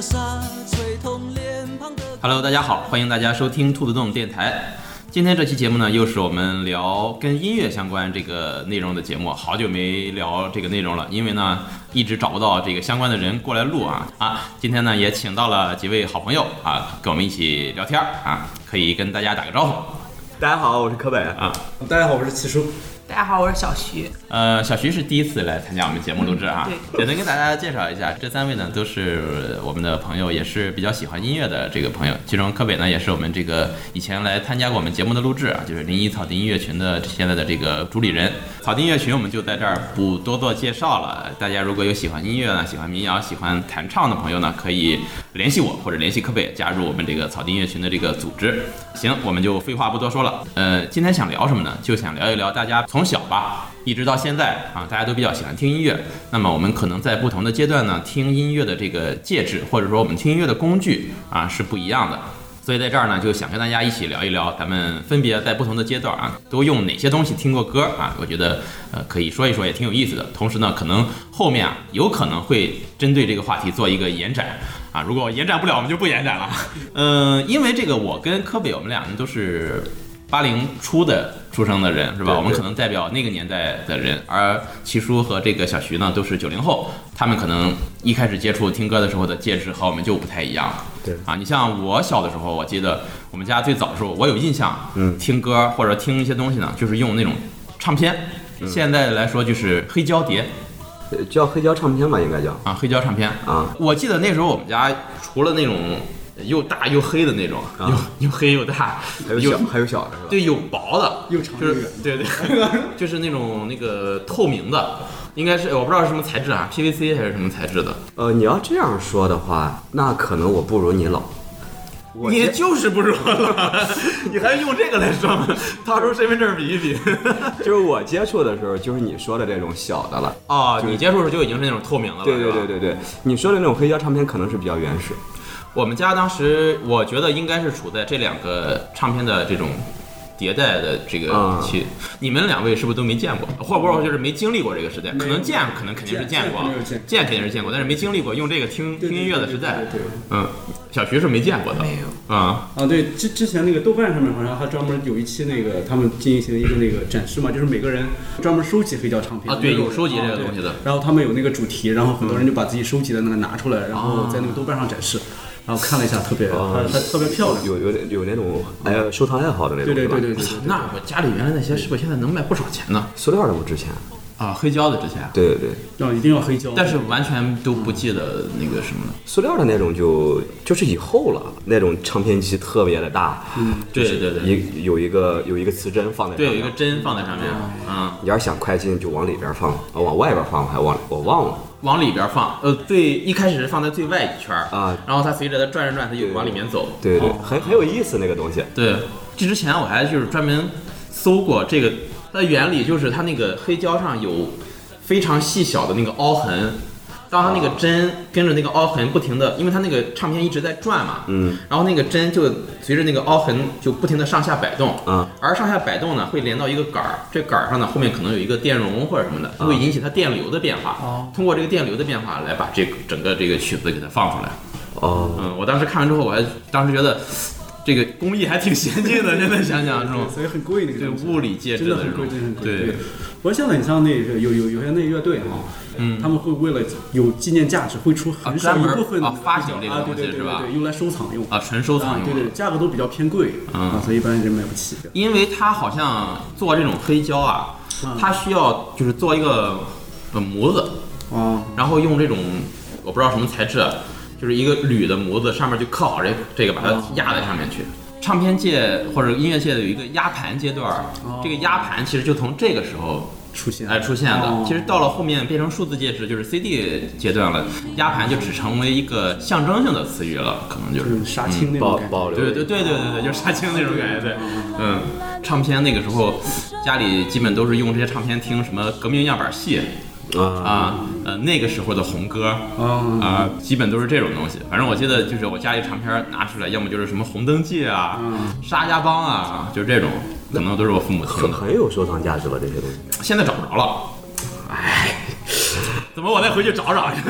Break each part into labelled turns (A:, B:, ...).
A: 沙吹痛脸庞的
B: Hello，大家好，欢迎大家收听兔子洞电台。今天这期节目呢，又是我们聊跟音乐相关这个内容的节目，好久没聊这个内容了，因为呢一直找不到这个相关的人过来录啊啊！今天呢也请到了几位好朋友啊，跟我们一起聊天儿啊，可以跟大家打个招呼。啊
C: 大家好，我是柯北。
D: 大家好，我是七叔。
E: 大家好，我是小徐。
B: 呃，小徐是第一次来参加我们节目录制啊
E: 嗯，
B: 简单跟大家介绍一下，这三位呢都是我们的朋友，也是比较喜欢音乐的这个朋友。其中柯北呢也是我们这个以前来参加过我们节目的录制啊，就是临沂草地音乐群的现在的这个主理人。草地音乐群我们就在这儿不多做介绍了，大家如果有喜欢音乐呢、喜欢民谣、喜欢弹唱的朋友呢，可以联系我或者联系柯北，加入我们这个草地音乐群的这个组织。行，我们就废话不多说了。呃，今天想聊什么呢？就想聊一聊大家从小吧，一直到现在啊，大家都比较喜欢听音乐。那么我们可能在不同的阶段呢，听音乐的这个介质，或者说我们听音乐的工具啊，是不一样的。所以在这儿呢，就想跟大家一起聊一聊，咱们分别在不同的阶段啊，都用哪些东西听过歌啊？我觉得呃可以说一说，也挺有意思的。同时呢，可能后面啊有可能会针对这个话题做一个延展啊，如果延展不了，我们就不延展了。嗯，因为这个我跟柯北我们俩呢都是八零初的出生的人是吧？
C: 对
B: 我们
C: 对
B: 可能代表那个年代的人，而齐叔和这个小徐呢都是九零后，他们可能一开始接触听歌的时候的介质和我们就不太一样。
C: 对
B: 啊，你像我小的时候，我记得我们家最早的时候，我有印象，啊
C: 嗯
B: 听歌或者听一些东西呢，就是用那种唱片。
C: 嗯
B: 现在来说就是黑胶碟
C: 呃叫黑胶唱片吧，应该叫
B: 啊，黑胶唱片
C: 啊。
B: 我记得那时候我们家除了那种又大又黑的那种，
C: 啊
B: 又又黑又大，
C: 还有小，还有小的是吧？
B: 对，有薄的，
D: 又长
B: 就是
D: 又圆
B: 对对， 就是那种那个透明的，应该是我不知道是什么材质啊，PVC 还是什么材质的。
C: 呃，你要这样说的话，那可能我不如你老。我
B: 你就是不说了，你还用这个来说吗？掏出身份证比一比。
C: 就是我接触的时候，就是你说的这种小的了。
B: 哦，你接触的时候就已经是那种透啊明的了。
C: 对
B: 是
C: 对
B: 吧
C: 对对对，你说的那种黑胶唱片可能是比较原始。
B: 我们家当时我觉得应该是处在这两个唱片的这种迭代的这个
C: 啊
B: 期。你们两位是不是都没见过，或者说就是没经历过这个时代？可能见，可能肯定是见过
D: 见肯定是见，过
B: 见肯定是见过，但是没经历过用这个听听音乐的时代
D: 对。对对对对
B: 嗯，小徐是没见过的。
E: 没有
B: 啊，
D: 啊，对，之之前那个豆瓣上面好像还专门有一期那个他们进行一个那个展示嘛，就是每个人专门收集黑胶唱片
B: 啊对
D: 就是
B: 有收集这个
D: 啊对
B: 东西的
D: 然后他们有那个主题，然后很多人就把自己收集的那个拿出来，然后在那个豆瓣上展示，然后看了一下，特别还还特别漂亮。
C: 有有有那种哎收藏爱好的那种。
D: 对对
C: 是吧
D: 对对对对，
B: 那我家里原来那些是不是现在能卖不少钱呢？
C: 塑料的不值钱。
B: 啊，黑胶的这些，
C: 对对对，
D: 那一定要黑胶。
B: 但是完全都不记得那个什么了。
C: 塑料的那种就就是以后了，那种唱片机特别的大，
B: 对对对，
C: 一有一个有一个磁针放在
B: 对，
C: 上
B: 有
C: 面
B: 一个针放在上面，嗯，
C: 你要是想快进就往里边放，啊往外边放，我还忘了，我忘了。
B: 往里边放，呃，最一开始是放在最外一圈儿
C: 啊
B: 然后它随着它转着转，它就往里面走。
C: 对对，很很有意思那个东西。
B: 对，这之前我还就是专门搜过这个，它的原理就是它那个黑胶上有非常细小的那个凹痕。当它那
C: 啊
B: 个针跟着那个凹痕不停的，因为它那个唱片一直在转嘛，
C: 嗯，
B: 然后那个针就随着那个凹痕就不停的上下摆动，
C: 啊，
B: 而上下摆动呢，会连到一个杆儿，这杆儿上呢后面可能有一个电容或者什么的，
C: 啊
B: 它会引起它电流的变化，通过这个电流的变化来把这个整个这个曲子给它放出来。
C: 哦，
B: 嗯，我当时看完之后，我还当时觉得这个工艺还挺先进的，现在想想这种
D: 对，所以很贵那个
B: 对
D: 东西。
B: 物理介质
D: 真的
B: 这
D: 很
B: 种
D: 贵，真的很，贵。
B: 对，，
D: 不过现在你像那个有有有些那乐队哈，
B: 嗯
D: 他们会为了有纪念价值，会出
B: 啊
D: 很少一
B: 专门
D: 部分的
B: 啊发行这个
D: 啊
B: 东
D: 对
B: 西
D: 对对
B: 是吧
D: 对对，用来收藏用。
B: 啊，纯收
D: 啊
B: 藏，
D: 对
B: 用
D: 对，
B: 的。
D: 价格都比较偏贵
B: 嗯
D: 啊，所以一般人买不起。
B: 因为它好像做这种黑胶啊，
D: 嗯
B: 它需要就是做一个呃模子，
D: 啊，
B: 然后用这种我不知道什么材质，啊就是一个铝的模子，上面就刻好这这个，把它压在上面去。唱片界或者音乐界的有一个压盘阶段儿
D: 哦，
B: 这个压盘其实就从这个时候
D: 出现
B: 哎出现的
D: 哦。
B: 其实到了后面变成数字介质，就是 CD 阶段了，压盘就只成为一个象征性的词语了，可能就
D: 就是是杀
B: 嗯
D: 青那种
C: 保
D: 感觉。
C: 保留。
B: 对对对对对对，就是杀青那种感觉，对，嗯，唱片那个时候家里基本都是用这些唱片听什么革命样板戏
C: 对啊，
B: 啊，呃那个时候的红歌，
D: 啊，
B: 啊、基本都是这种东西。反正我记得就是我家里唱片拿出来，要么就是什么《红灯记》啊、沙家浜》啊，就是这种，可能都是我父母听
C: 很
B: 的。
C: 很有收藏价值了这些东西。
B: 现在找不着了，哎怎么我再回去找 找去，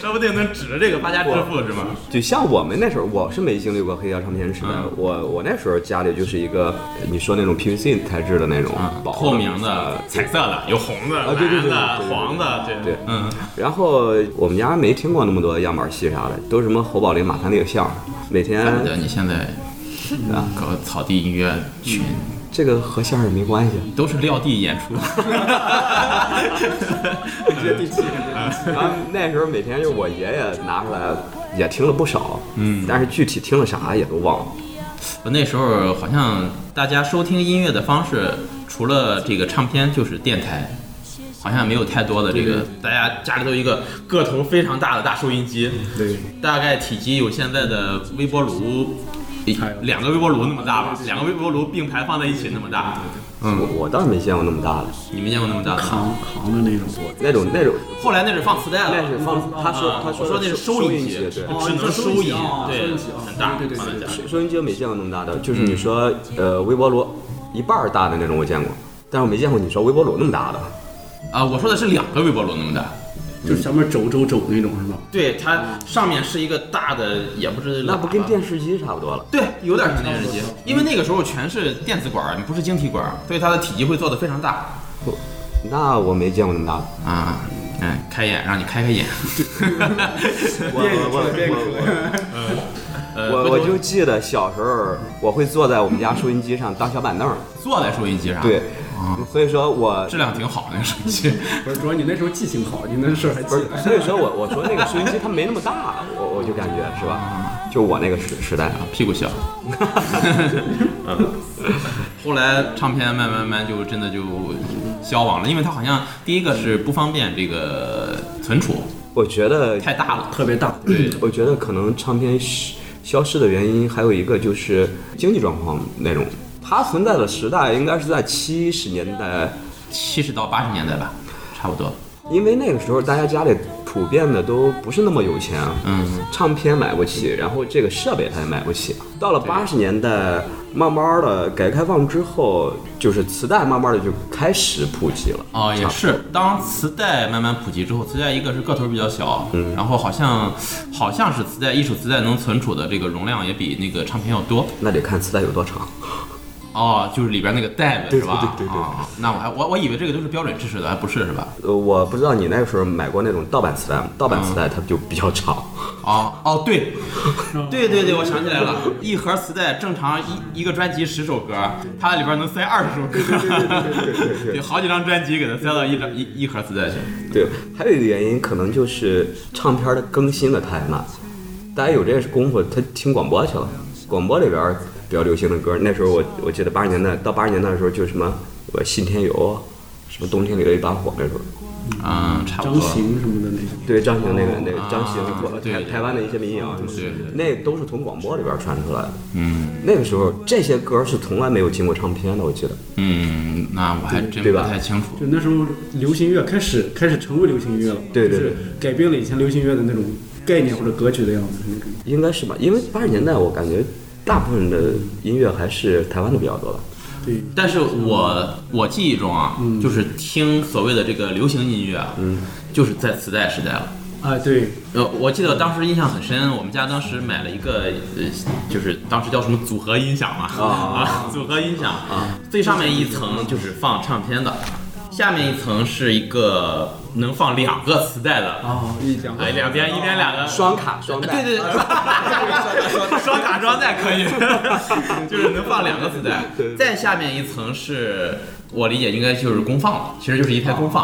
B: 说不定能指着这个发家致富是吗？
C: 就像我们那时候，我是没经历过黑胶唱片时代，
B: 嗯
C: 我我那时候家里就是一个呃你说那种 PVC 材质的那种薄的
B: 啊透明的
C: 呃、
B: 彩色的，有红的、
C: 对对
B: 蓝
C: 对
B: 的
C: 对、对
B: 黄的，
C: 对
B: 嗯，
C: 然后我们家没听过那么多样板戏啥的，都是什么侯宝林、马三立的相声，每
B: 怪不
C: 天
B: 得你现在搞草地音乐群
C: 这个和相声没关 系。
B: 都是撂地演出，
D: 接地气。
C: 然后那时候每天就我爷爷拿出来也听了不少，嗯，但是具体听了啥也都忘了。
B: 那时候好像大家收听音乐的方式，除了这个唱片就是电台，好像没有太多的这个，大家家里都有一个个头非常大的大收音机，
D: 对，
B: 大概体积有现在的微波炉，一
D: 还有
B: 两个微波炉那么大吧，两个微波炉并排放在一起那么大。嗯，
C: 我我倒是没见过那么大的
B: 你没见过那么大的。
D: 扛扛的那种。
B: 嗯
C: 那种那种，
B: 后来那是放磁带
C: 那
B: 了，
C: 是放他说
B: 啊
C: 他
B: 我
C: 说
B: 那是
C: 收
B: 音
C: 音机，对。
D: 哦
B: 只
D: 你
B: 能
D: 说收
B: 收
D: 音
B: 音
D: 机啊，收
B: 对
D: 音机啊，
B: 很大，
D: 对对对
B: 放在
D: 对
B: 家
D: 对
B: 里。
C: 收音机我没见过那么大的，
B: 嗯
C: 就是你说呃微波炉一半儿大的那种我见过，但是我没见过你说微波炉那么大的。
B: 啊，我说的是两个微波炉那么大。
D: 就是上面走走走那种是吧？
B: 对，它上面是一个大的，也不是
C: 那不跟
B: 喇叭
C: 电视机差不多了。
B: 对，有点像电视机，因为那个时候全是电子管儿，不是晶体管儿，所以它的体积会做得非常大
C: 那我没见过那么大的。
B: 啊。哎，开眼，让你开开眼。
C: 我我
B: 呃，
C: 我我
B: 回头
C: 我就记得小时候我会坐在我们家收音机上当小板
B: 啊
C: 凳儿，
B: 坐在收音机上，
C: 对，
B: 啊
C: 所以说我
B: 质量挺好那个手机。
D: 不是，主要你那时候记性好，你那事儿还记
C: 不是
D: 得。，
C: 所以说我我说那个收音机它没那么大，我我就感觉是吧？就我那个时时代啊，
B: 屁股小。嗯，后来唱片慢慢慢就真的就消亡了，因为它好像第一个是不方便这个存储，
C: 我觉得
B: 太大了。
D: 特别大，
B: 对，
C: 我觉得可能唱片消消失的原因还有一个就是经济状况那种。它存在的时代应该是在七十年代，
B: 七十到八十年代吧，差不多。
C: 因为那个时候大家家里普遍的都不是那么有钱，啊
B: 嗯，
C: 唱片买不起，然后这个设备他也买不起。到了八十年代，慢慢的改革开放之后，就是磁带慢慢的就开始普及了。
B: 哦，也
C: 差不多。
B: 是。当磁带慢慢普及之后，磁带一个是个头比较小，嗯，然后好像好像是磁带一手磁带能存储的这个容量也比那个唱片要多。
C: 那得看磁带有多长。
B: 哦，就是里边那个带子
C: 对
B: 是吧？
C: 对对对对
B: 哦那我还我我以为这个都是标准制式的，还不是是吧？
C: 呃，我不知道你那个时候买过那种盗版磁带吗？盗版磁带它就比较长。
B: 哦哦，对，
D: 啊嗯
B: 对对对，我想起来了，一盒磁带正常一一个专辑十首歌，它里边能塞二十首歌， 有好几张专辑给它塞到一张一一盒磁带去。
C: 对，还有一个原因可能就是唱片的更新的太慢，大家有这功夫，他听广播去了。广播里边儿比较流行的歌，那时候我我记得八十年代到八十年代的时候，就什么我信天游啊，什么冬天里的一把火那时候，
B: 嗯，差不
D: 张
B: 多。
D: 行什么的那种。
C: 对张行那个那个
B: 啊
C: 张行
B: 对
C: 台
B: 对
C: 台湾的一些民谣什么
B: 对对
C: 的，那都是从广播里边儿传出来的。
B: 嗯
C: 那个时候这些歌是从来没有经过唱片的，我记得。
B: 嗯，那我还真
C: 对
B: 不
C: 吧
B: 太清楚。
D: 就那时候流行乐开始开始成为流行乐了，
C: 对对
D: 就是改变了以前流行乐的那种概念或者格局的样子那种。
C: 应该是吧，因为八十年代我感觉大部分的音乐还是台湾的比较多吧。
D: 对，
B: 但是我我记忆中啊，
C: 嗯
B: 就是听所谓的这个流行音乐啊，就是在磁带时代了。
D: 啊对，
B: 呃，我记得当时印象很深，我们家当时买了一个，呃，就是当时叫什么组合音响嘛，啊，组合音响啊，最上面一层就是放唱片的，下面一层是一个能放两个磁带的，
D: 哦，一两
B: 哎，两边一边两个，
C: 双卡双
B: 对
C: 待，
B: 对对，啊 双卡双待可以， 就是能放两个磁带。再下面一层是我理解应该就是功放了，其实就是一台功放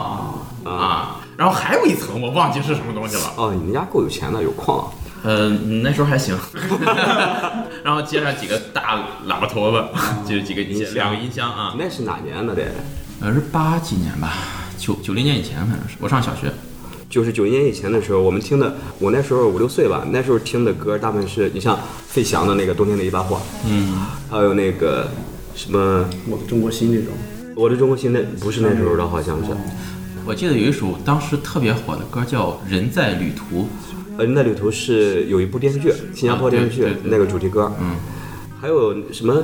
B: 啊。然后还有一层我忘记是什么东西了，
C: 哦，你们家够有钱的，有矿啊。
B: 呃，那时候还行， 然后接上几个大喇叭头子，就是几个音
C: 箱
B: 两个音箱啊，
C: 那是哪年的？得
B: 呃是八几年吧，九九零年以前反正是我上小学，
C: 就是九一年以前的时候，我们听的，我那时候五六岁吧，那时候听的歌大部分是你像费翔的那个《冬天的一把火》，
B: 嗯，
C: 还有那个什么
D: 我的中国心这种，
C: 《我的中国心》，那不是那时候的，好像是。
B: 我记得有一首当时特别火的歌叫《人在旅途》，
C: 呃，那旅途是有一部电视剧，新加坡电视剧
B: 啊对对对
C: 那个主题歌，
B: 嗯，
C: 还有什么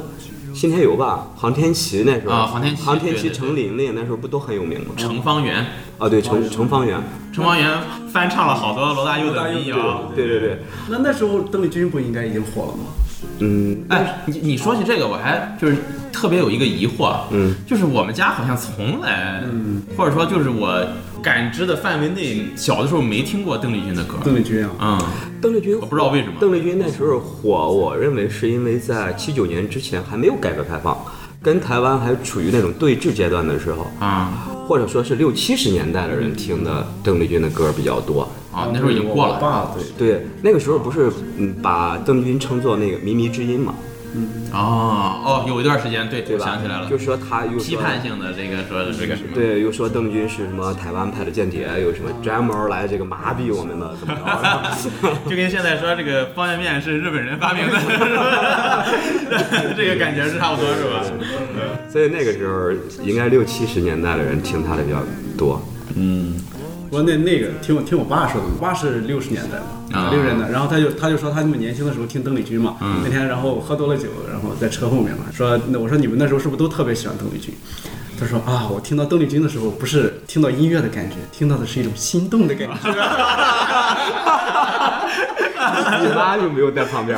C: 新天游吧，航天旗那时候
B: 啊航天旗
C: 航天
B: 对
C: 旗
B: 对
C: 程琳琳那时候不都很有名吗？
B: 程方圆，
C: 啊，对，程程方圆，
B: 程方圆翻唱了好多罗大佑的民谣。
C: 对对对，
D: 那那时候邓丽君不应该已经火了吗？
C: 嗯，
B: 哎，你你说起这个，我还就是特别有一个疑惑，啊
C: 嗯，
B: 就是我们家好像从来，或者说就是我感知的范围内，小的时候没听过邓丽君的歌，
D: 邓丽君啊，
B: 嗯，
C: 邓丽君
B: 我不知道为什么
C: 邓丽君那时候火，我认为是因为在七九年之前还没有改革开放，跟台湾还处于那种对峙阶段的时候，
B: 啊
C: 或者说是六七十年代的人听的邓丽君的歌比较多。
B: 啊，那时候已经过
D: 我
B: 了，
D: 爸对，
C: 对，那个时候不是嗯把邓丽君称作那个靡靡之音嘛，
B: 哦哦，有一段时间，对，
C: 对
B: 我
C: 吧？
B: 想起来了，
C: 就是说她又说
B: 批判性的这个说的这个什么，
C: 对，又说邓丽君是什么台湾派的间谍，有什么专门来这个麻痹我们的，怎么着的？
B: 就跟现在说这个方便面是日本人发明的，是吧这个感觉是差不多是吧？
C: 所以那个时候应该六七十年代的人听她的比较多。
D: 我那那个听我听我爸说的，我爸是六十年代
B: 啊
D: 嘛，六十年代，然后他就他就说他们年轻的时候听邓丽君嘛，那天然后喝多了酒，然后在车后面嘛，说那我说你们那时候是不是都特别喜欢邓丽君？他说啊，我听到邓丽君的时候，不是听到音乐的感觉，听到的是一种心动的感觉。
C: 你妈就没有在旁边。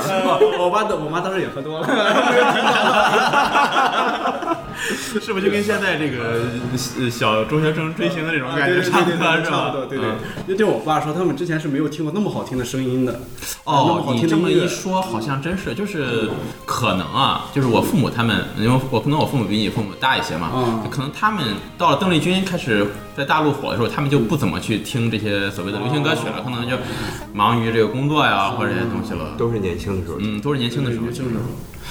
D: 我爸的我妈当时也喝多了，没有听到。
B: 是不是就跟现在这个呃小中学生追星的这种感
D: 对
B: 觉
D: 对
B: 差不
D: 对对
B: 多
D: 对，
B: 是
D: 差
B: 吧
D: 不多，？对对
B: 嗯。
D: 就对我爸说，他们之前是没有听过那么好听的声音的。那么
B: 哦，
D: 哎好
B: 你
D: 听
B: 这
D: 的
B: 么
D: 音乐
B: 一说，好像真是，就是可能啊，就是我父母他们，因为我可能我父母比你父母大一些嘛，
D: 嗯
B: 可能他们到了邓丽君开始在大陆火的时候，他们就不怎么去听这些所谓的流行歌曲
D: 哦
B: 了，可能就忙于这个工作呀或者这些东西了。
C: 都是年轻的时候，
B: 嗯，都是年轻的时候，
D: 就是，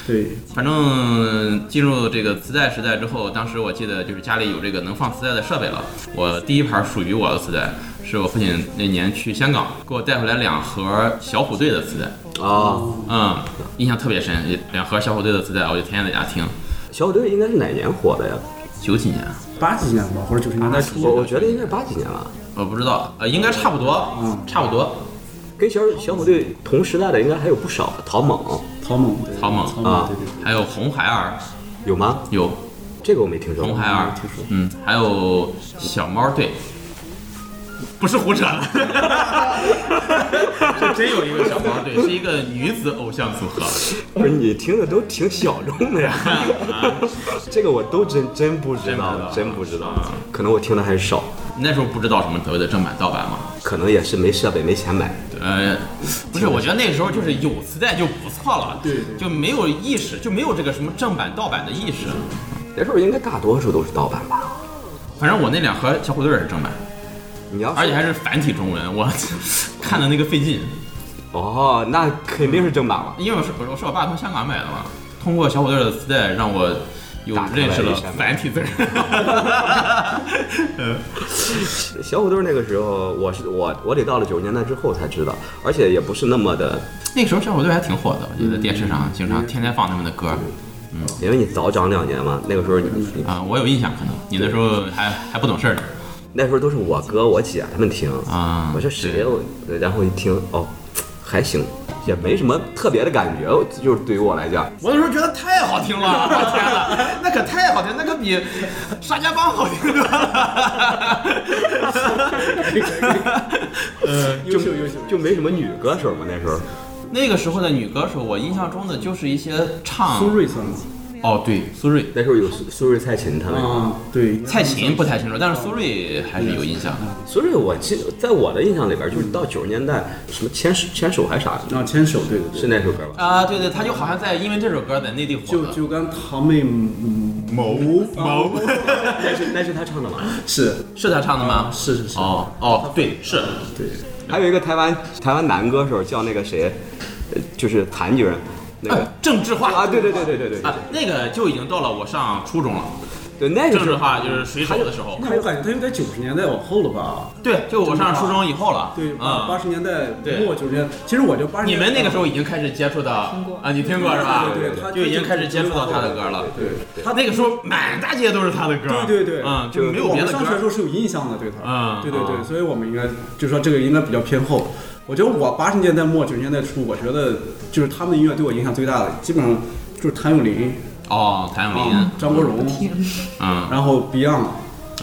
D: 对，
B: 反正进入这个磁带时代之后，当时我记得就是家里有这个能放磁带的设备了。我第一盘属于我的磁带，是我父亲那年去香港给我带回来两盒小虎队的磁带，
C: 啊，
B: 嗯，印象特别深，也两盒小虎队的磁带，我就天天在家听。
C: 小虎队应该是哪年火的呀？
B: 九几年啊，
D: 八几年吧，或者九十年代初。
C: 我我觉得应该是八几年吧，
B: 我不知道，呃，应该差不多，
D: 嗯
B: 差不多。
C: 跟小小虎队同时代的应该还有不少。陶猛
D: 草蜢，对
B: 草蜢
D: 草
C: 啊
D: 蜢，对对对，
B: 还有红孩儿，
C: 有吗？
B: 有
C: 这个我没听说
B: 红
C: 过。
B: 孩儿，
D: 听说
B: 嗯，还有小猫队，不是胡扯 了，这真有一个小猫队，是一个女子偶像组合。
C: 不是你听的都挺小众 的呀，这个我都真真不知道，
B: 真
C: 真不知道，
B: 嗯
C: 可能我听的还少，
B: 那时候不知道什么所谓的正版盗版嘛，
C: 可能也是没设备没钱买。
B: 呃，不是，我觉得那时候就是有磁带就不错了，
D: 对对
B: 就没有意识，就没有这个什么正版盗版的意识。
C: 那时候应该大多数都是盗版吧？
B: 反正我那两盒小虎队儿是正版，
C: 你要
B: 而且
C: 是
B: 还是繁体中文，我 看的那个费劲，
C: 哦，那肯定是正版了。
B: 因为我是我是我是我爸从香港买的嘛，通过小虎队儿的磁带让我有
C: 打开
B: 认识
C: 了
B: 了
C: 一扇门
B: 繁体字儿。 嗯
C: 小虎队那个时候，我是我我得到了九十年代之后才知道，而且也不是那么的，
B: 那时候小虎队还挺火的，我记得电视上
C: 嗯
B: 经常天天放他们的歌儿
C: 因为你早长两年嘛，那个时候你你
B: 啊、我有印象，可能你那时候还还不懂事儿呢
C: 那时候都是我哥我姐他们听，
B: 啊。
C: 我说谁呀？我然后一听哦，还行，也没什么特别的感觉，就是对于我来讲，
B: 我那时候觉得太好听了，我天哪， 那可太好听，那可比沙家浜好听多了。呃，
D: 优秀优秀。
C: 就没什么女歌手嘛那时候。
B: 那个时候的女歌手，我印象中的就是一些唱
D: 苏芮算吗？
B: 哦，对，苏芮、
C: 那时候有苏苏芮、蔡琴他们，
D: 啊，对，
B: 蔡琴不太清楚，但是苏芮还是有印象。
C: 所以我记得在我的印象里边，就是到九十年代什么牵手牵手还啥的，
D: 啊，牵手，对对对，
C: 是那首歌吧？
B: 啊，对对，她就好像在因为这首歌在内地火
D: 就
B: 了。
D: 就跟他们
B: 嗯
D: 某
B: 啊
D: 某
C: 那是那是他唱的吗？
D: 是啊
B: 是她唱的吗？
D: 是是是，
B: 哦哦，对，是
D: 对，
C: 还有一个台湾台湾男歌手叫那个谁，呃就是残疾人，那个
B: 呃郑智化
C: 啊，对对对对对对
B: 啊，那个就已经到了我上初中了。
C: 对，那个
B: 郑智
C: 是
B: 化就是水手的时候，
D: 那我感觉他应该九十年代往后了吧？
B: 对，就我上初中以后了。
D: 对，八八
B: 嗯，
D: 十年代
B: 对
D: 末九十年，其实我觉得八十
B: 你
D: 年代
B: 们那个时候已经开始接触到啊，你听过是吧？
D: 对对对对
B: 就已经开始接触到他的歌了。
D: 对
B: 他那个时候满大街都是他的歌。
D: 对对对
B: 嗯，就没有
D: 我
B: 别的
D: 们上学的时
B: 歌。
D: 候是有印象的，对他，
B: 嗯
D: 对对对，所以我们应该就说这个应该比较偏后。我觉得我八十年代末九十年代初，我觉得就是他们的音乐对我影响最大的，基本上就是谭咏麟、
B: 哦，谭咏麟
D: 啊，张国荣，
B: 嗯
D: 然后 Beyond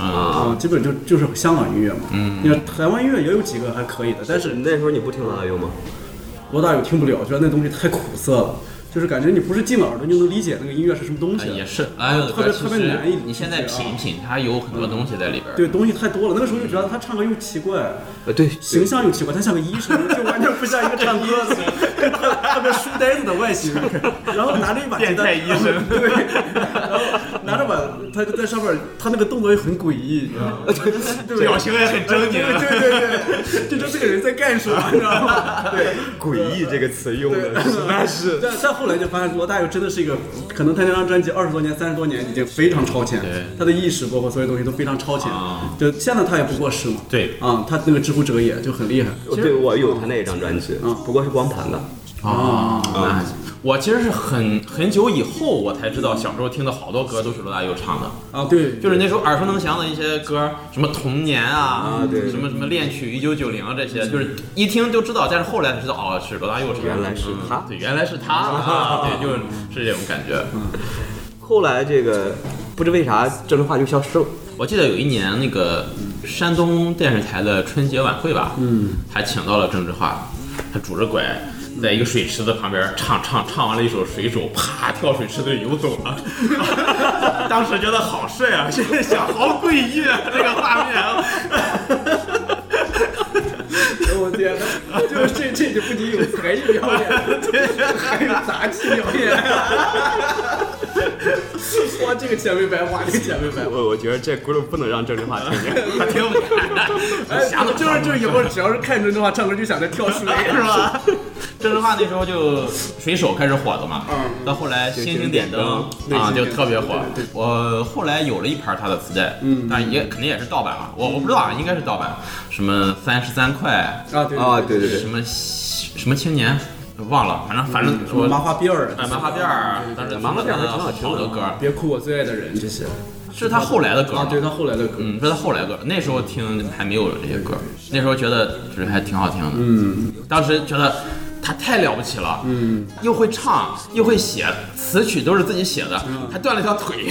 B: 嗯，
D: 啊，基本就就是香港音乐嘛。嗯，因为台湾音乐也有几个还可以的，但是
C: 那时候你不听罗大佑吗？
D: 罗大佑听不了，觉得那东西太苦涩了，就是感觉你不是进了耳朵就能理解那个音乐是什么东西了。
B: 也是，哎呦，
D: 特别特
B: 其
D: 别
B: 实
D: 难以理解
B: 你现在品一品，它有很多东西在里边儿。
D: 对，东西太多了。那个时候就觉得他唱歌又奇怪，
C: 呃，对，
D: 形象又奇怪，他像个医生，就完全不像一个唱 歌的，特别书呆子的外形。然后拿着一把吉
B: 变态
D: 他，
B: 医生
D: 对，然后拿着把他在上面，他那个动作也很诡异，你知道吗？
B: 啊
D: 对不对？
B: 情也很狰啊
D: 对对对对，这就是这个人在干什么，你知道吗？对。
C: 诡异这个词用的实在是。
D: 但但后来就发现罗大佑真的是一个，可能他那张专辑二十多年、三十多年已经非常超前
B: 对，
D: 他的意识包括所有东西都非常超前
B: 啊，
D: 就现在他也不过时嘛。
B: 对
D: 啊，他那个知乎者也就很厉害
C: 对，我有他那一张专辑，不过是光盘的。
B: 啊，那
C: 啊
B: 我其实是很很久以后我才知道，小时候听的好多歌都是罗大佑唱的，
D: 啊，对，
B: 就是那时候耳熟能详的一些歌，什么童年啊，
C: 啊对
B: 什么什么恋曲一九九零啊这些，就是一听就知道，但是后来才知道哦是罗大佑唱的，
C: 原来是他
B: 嗯对，原来是他啊，对，就是这种感觉。
C: 后来这个不知为啥郑智化就消失了。
B: 我记得有一年那个山东电视台的春节晚会吧，嗯，还请到了郑智化，他拄着拐。在一个水池子旁边唱唱唱完了一首《水手》，啪跳水池子里游走了。 当时觉得好帅啊， 现在想好诡异啊，这个画面啊。
D: 我天哪，就是这这就不仅有才艺表 演，还有杂技表演。 哇，这个钱没白花，这个钱没白花。
C: 我我觉得这轱辘不能让郑智化听见。
B: 他听不
D: 哎
B: 见，瞎子
D: 就是就是以后只要是看郑智化唱歌，就想着跳水，
B: 是吧？郑智化那时候就水手开始火的嘛，
D: 嗯
B: 到后来星星点灯
D: 对
B: 啊
D: 星
B: 就
D: 星点
B: 特别
D: 灯
B: 火
D: 对对对。
B: 我后来有了一盘他的磁带，嗯，但也肯定也是盗版嘛，我我不知道啊，应该是盗版，什么三十三块，
D: 啊，对
C: 啊，对对
B: 什
C: 对，
B: 么西什么青年忘了，反正反正
D: 什么
B: 说
D: 麻花辫儿
B: 哎，麻花辫儿，当时
C: 麻花辫儿还挺好听的
B: 好多歌儿，
D: 别哭，我最爱的人这些
B: 是他后来的歌儿
D: 啊，对
B: 嘛
D: 他后来的歌，
B: 嗯，是他后来歌，那时候听还没有这些歌，那时候觉得就是还挺好听的。嗯，当时觉得他太了不起了，嗯，又会唱，又会写，词曲都是自己写的，
D: 嗯
B: 还断了一条 腿。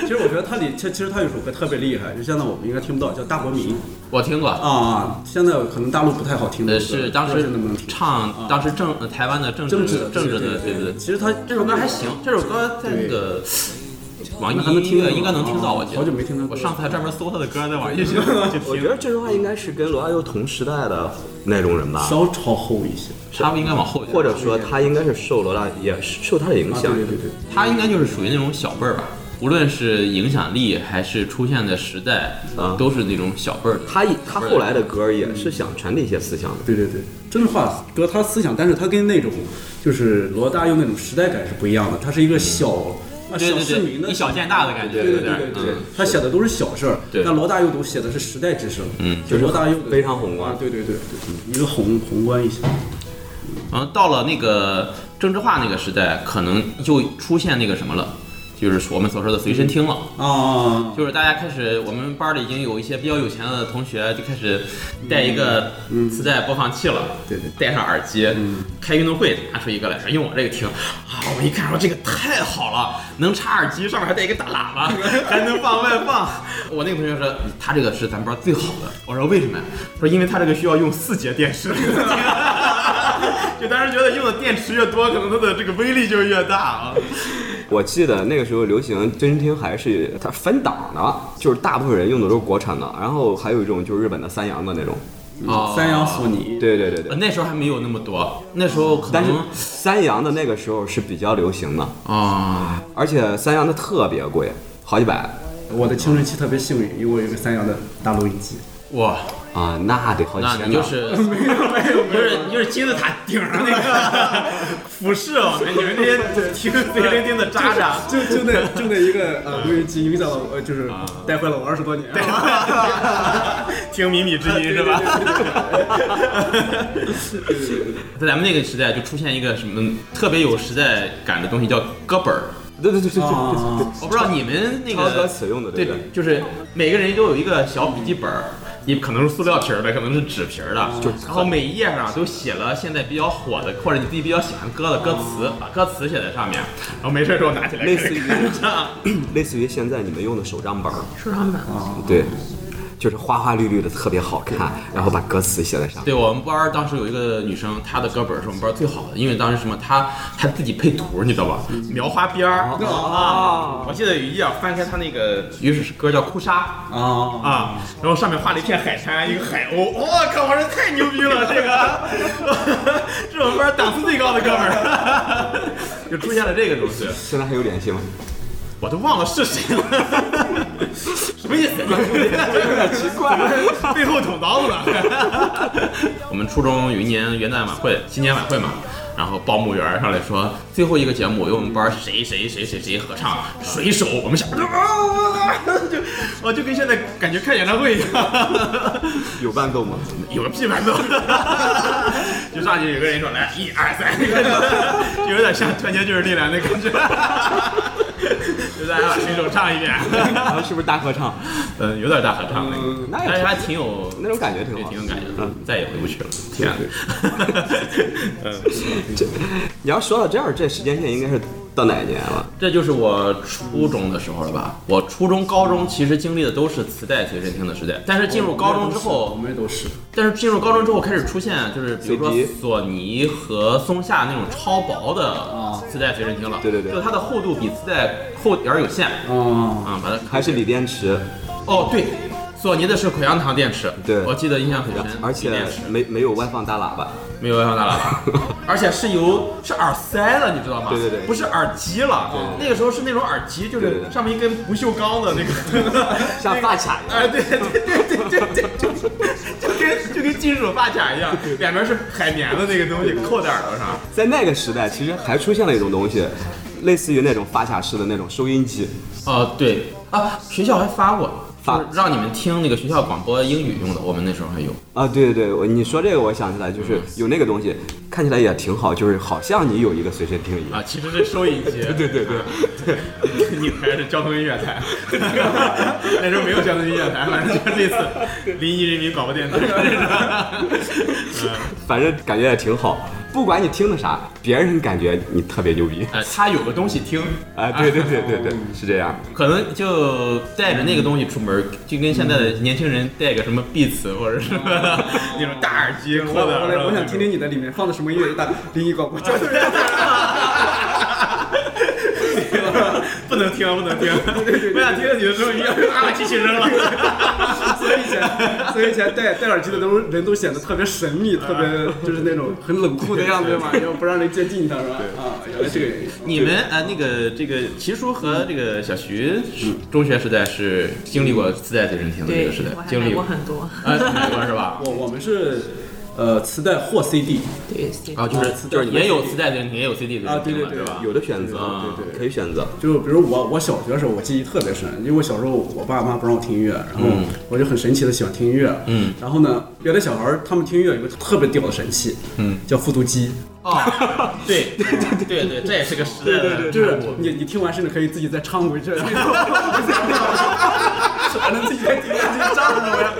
D: 其实我觉得他里，其其实他有首歌特别厉害，就现在我们应该听不到，叫《大国民
B: 我听过》，
D: 啊，现在可能大陆不太好听的
B: 呃，
D: 歌，
B: 是当
D: 不知
B: 时
D: 道能不能听？啊
B: 唱，当时政台湾的政治
D: 政治
B: 政治的，
D: 对
B: 对对。
D: 其实他
B: 这首歌还行，这首歌在那个网
D: 那还能
B: 易音
D: 听
B: 乐
D: 到
B: 应该能听到，
D: 啊
B: 我记得。
D: 好久没听他歌
B: 我
D: 了
B: 上次还专门搜他的歌，在网易上去
C: 我 觉
B: 听。
C: 得郑智化应该是跟罗大佑同时代的那种人吧，
D: 稍超后一些，
B: 他不应该往后一点，
C: 或者说他应该是受罗大也是受他的影
D: 啊，
C: 响
D: 对。对对对，
B: 他应该就是属于那种小辈儿吧，无论是影响力还是出现的时代，
C: 啊
B: 都是那种小辈儿的。
C: 他他后来的歌也是想传递一些思想的。
D: 对对对，郑智化得他思想，但是他跟那种就是罗大佑那种时代感是不一样的，他是一个小啊
B: 嗯对
D: 小
B: 对
D: 市
B: 对，
D: 民的
B: 以小见大的感觉，
D: 对
B: 有
D: 对
B: 点
D: 对
B: 儿
D: 对对
B: 嗯，
D: 他写的都是小事儿，
B: 对
D: 但罗大佑都写的是时代之声，嗯，就罗大佑的
C: 非常宏观
D: 啊，对对对对，一个宏宏观一些，
B: 然后到了那个政治化那个时代，可能就出现那个什么了，就是我们所说的随身听了。
D: 啊，
B: 就是大家开始，我们班儿里已经有一些比较有钱的同学，就开始带一个磁带播放器了，
D: 嗯对对嗯
B: 戴上耳机，开运动会拿出一个来，说用我这个听，啊，我一看说这个太好了，能插耳机，上面还带一个大喇叭，还能放外放。我那个同学说他这个是咱班最好的，我说为什么呀？说因为他这个需要用四节电池。 就当时觉得用的电池越多，可能它的这个威力就越大啊。
C: 我记得那个时候流行真听还是它分档的，就是大部分人用的都是国产的，然后还有一种就是日本的三洋的那种。
B: 哦
D: 三洋索尼，
C: 对对对对
B: 呃。那时候还没有那么多，那时候可
C: 但是
B: 能
C: 三洋的那个时候是比较流行的，
B: 啊，
C: 而且三洋的特别贵，好几百
D: 我的青春期特别幸运，因为我有一个三洋的大录音 机，
B: 哇，
C: 啊，那得好几
B: 那
C: 千
B: 你
C: 呢。
B: 就是 没有没有，就是就是金字塔顶上那 个俯视我们你们这些听随身听的渣渣。
D: 就就那就那一个呃录音机影响了我，就是
B: 啊
D: 带坏了我二十 多年，
B: 听靡靡之音是吧？ 在咱们那个时代，就出现一个什么特别有时代感的东西，叫歌本儿。
C: 对对对对对对
D: 啊
C: 对。
B: 我不知道你们那个
C: 抄歌词用的对
B: 对
C: 不对，
B: 就是每个人都有一个小笔记本儿，你可能是塑料瓶儿的，可能是纸瓶儿的，就然后每一页上都写了现在比较火的或者你自己比较喜欢歌的歌词，把歌词写在上面，然后没事儿之后拿起来
C: 类似于
B: 看一看
C: 类似于现在你们用的手账本儿，
E: 收藏本。
C: 对，就是花花绿绿的，特别好看，然后把歌词写在上面。
B: 对我们班儿当时有一个女生，她的歌本儿是我们班儿最好的，因为当时什么，她她自己配图，你知道吧？描花边儿啊，我记得有一页翻开她那个，有一首歌叫《哭砂》
D: 啊，
B: 啊，然后上面画了一片海滩，一个海鸥，我、靠，我说太牛逼了，这个 是我们班儿档次最高的哥们儿， 就出现了这个东西，
C: 现在还有联系吗？
B: 我都忘了是谁了， 什么意思？
C: 奇怪，
B: 背后捅刀子了。 我们初中有一年元旦晚会、新年晚会嘛，然后报幕员上来说，最后一个节目由我们班谁谁谁谁谁合唱《水手》，我们想，啊， 就我就跟现在感觉看演唱会一样，
C: 有伴奏吗？
B: 有个屁伴奏，就上去有个人说来一二三，那个有点像《团结就是力量》那感觉。就大家把水手唱一遍，
C: 然后是不是大合唱？
B: 嗯，有点大合唱那个，
C: 嗯那也
B: 但是还挺有
C: 那种感觉挺
B: 也
C: 好
B: 挺有感觉的，
C: 嗯
B: 再也回不去了。天啊， 嗯，
C: 你要说到这儿，这时间线应该是到哪一年了？
B: 这就是我初中的时候了吧？我初中、高中其实经历的都是磁带随身听的时代，但是进入高中之
D: 我
B: 后，
D: 们也都是，
B: 但是进入高中
C: 嗯
B: 之后开始出现，就是比如说
C: CD
B: 索尼和松下那种超薄的磁带随身听了，
C: 啊对对对
B: 就它的厚度比磁带厚点儿有限，
D: 嗯，
B: 啊，把它
C: 还是锂电池，
B: 哦对。索尼的是口香糖电池，
C: 对
B: 我记得印象很深，
C: 而
B: 锂
C: 且
B: 电池
C: 没没有外放大喇叭，
B: 没有外放大喇 叭，而且是由是耳塞了，你知道吗？
C: 对对对
B: 不是耳机了。那个时候是那种耳机，就
C: 对对
B: 是
C: 对
B: 上面一根不锈钢的那个，
C: 像
B: 那个
C: 发卡一样
B: 哎，对对对对对对，就就跟就跟金属发卡一样，两边是海绵的那个东西扣在耳朵上。
C: 在那个时代，其实还出现了一种东西，类似于那种发卡式的那种收音机。
B: 哦，对啊，学校还发过，
C: 发
B: 就是让你们听那个学校广播英语用的，我们那时候还有。
C: 啊，对对对，我你说这个，我想起来就是有那个东西，看起来也挺好，就是好像你有一个随身听一样。
B: 啊，其实是收音机。 对对对对对， 你还是交通音乐台， 那时候没有交通音乐台，反正就是类似临沂人民广播电台。
C: 反正感觉也挺好。不管你听的啥，别人感觉你特别牛逼。
B: 呃，他有个东西听，
C: 哎，对对对对对，是这样。
B: 可能就带着那个东西出门，就跟现在的年轻人带个什么 Beats 或者什么那种大耳机
D: 我
B: 扩的。
D: 我我想听听你的里面放的什么音乐，一打零一广播交流
B: 不能听，啊不能听，我想听听你的声音， 啊，把机器扔了。
D: 所以以前，所以以前戴戴耳机的都人都显得特别神秘，特
B: 啊
D: 别就是那种很冷酷的样子嘛，要不让人接近他，是吧？啊，原来这个原因。
B: 你们呃，那个这个齐叔和这个小徐，中学时代是经历过磁带随身听的这
E: 对
B: 个时代，，
E: 我还
B: 经
E: 买
B: 历
E: 过
B: 过，
E: 很多。
B: 呃，买过是吧？
D: 我我们是呃磁带或 CD
E: 对，
B: 啊，就是
D: 磁带
B: 就是也有磁带随身听，也有 CD 随身听嘛
D: 啊，对对
B: 对吧？
C: 有的选择，啊
B: 对
C: 可以选择。
D: 就比如我，我小学的时候我记忆特别深，因为我小时候我爸妈不让我听音乐，然后我就很神奇的喜欢听音乐。
B: 嗯，
D: 然后呢，有的小孩儿他们听音乐有个特别屌的神器，
B: 嗯，
D: 叫复读机。
B: 哦， 对对对对对，这也是个时代的
D: 就是
B: 产物。
D: 你你听完甚至可以自己再唱回去， 还能自己再听自己唱什 么呀？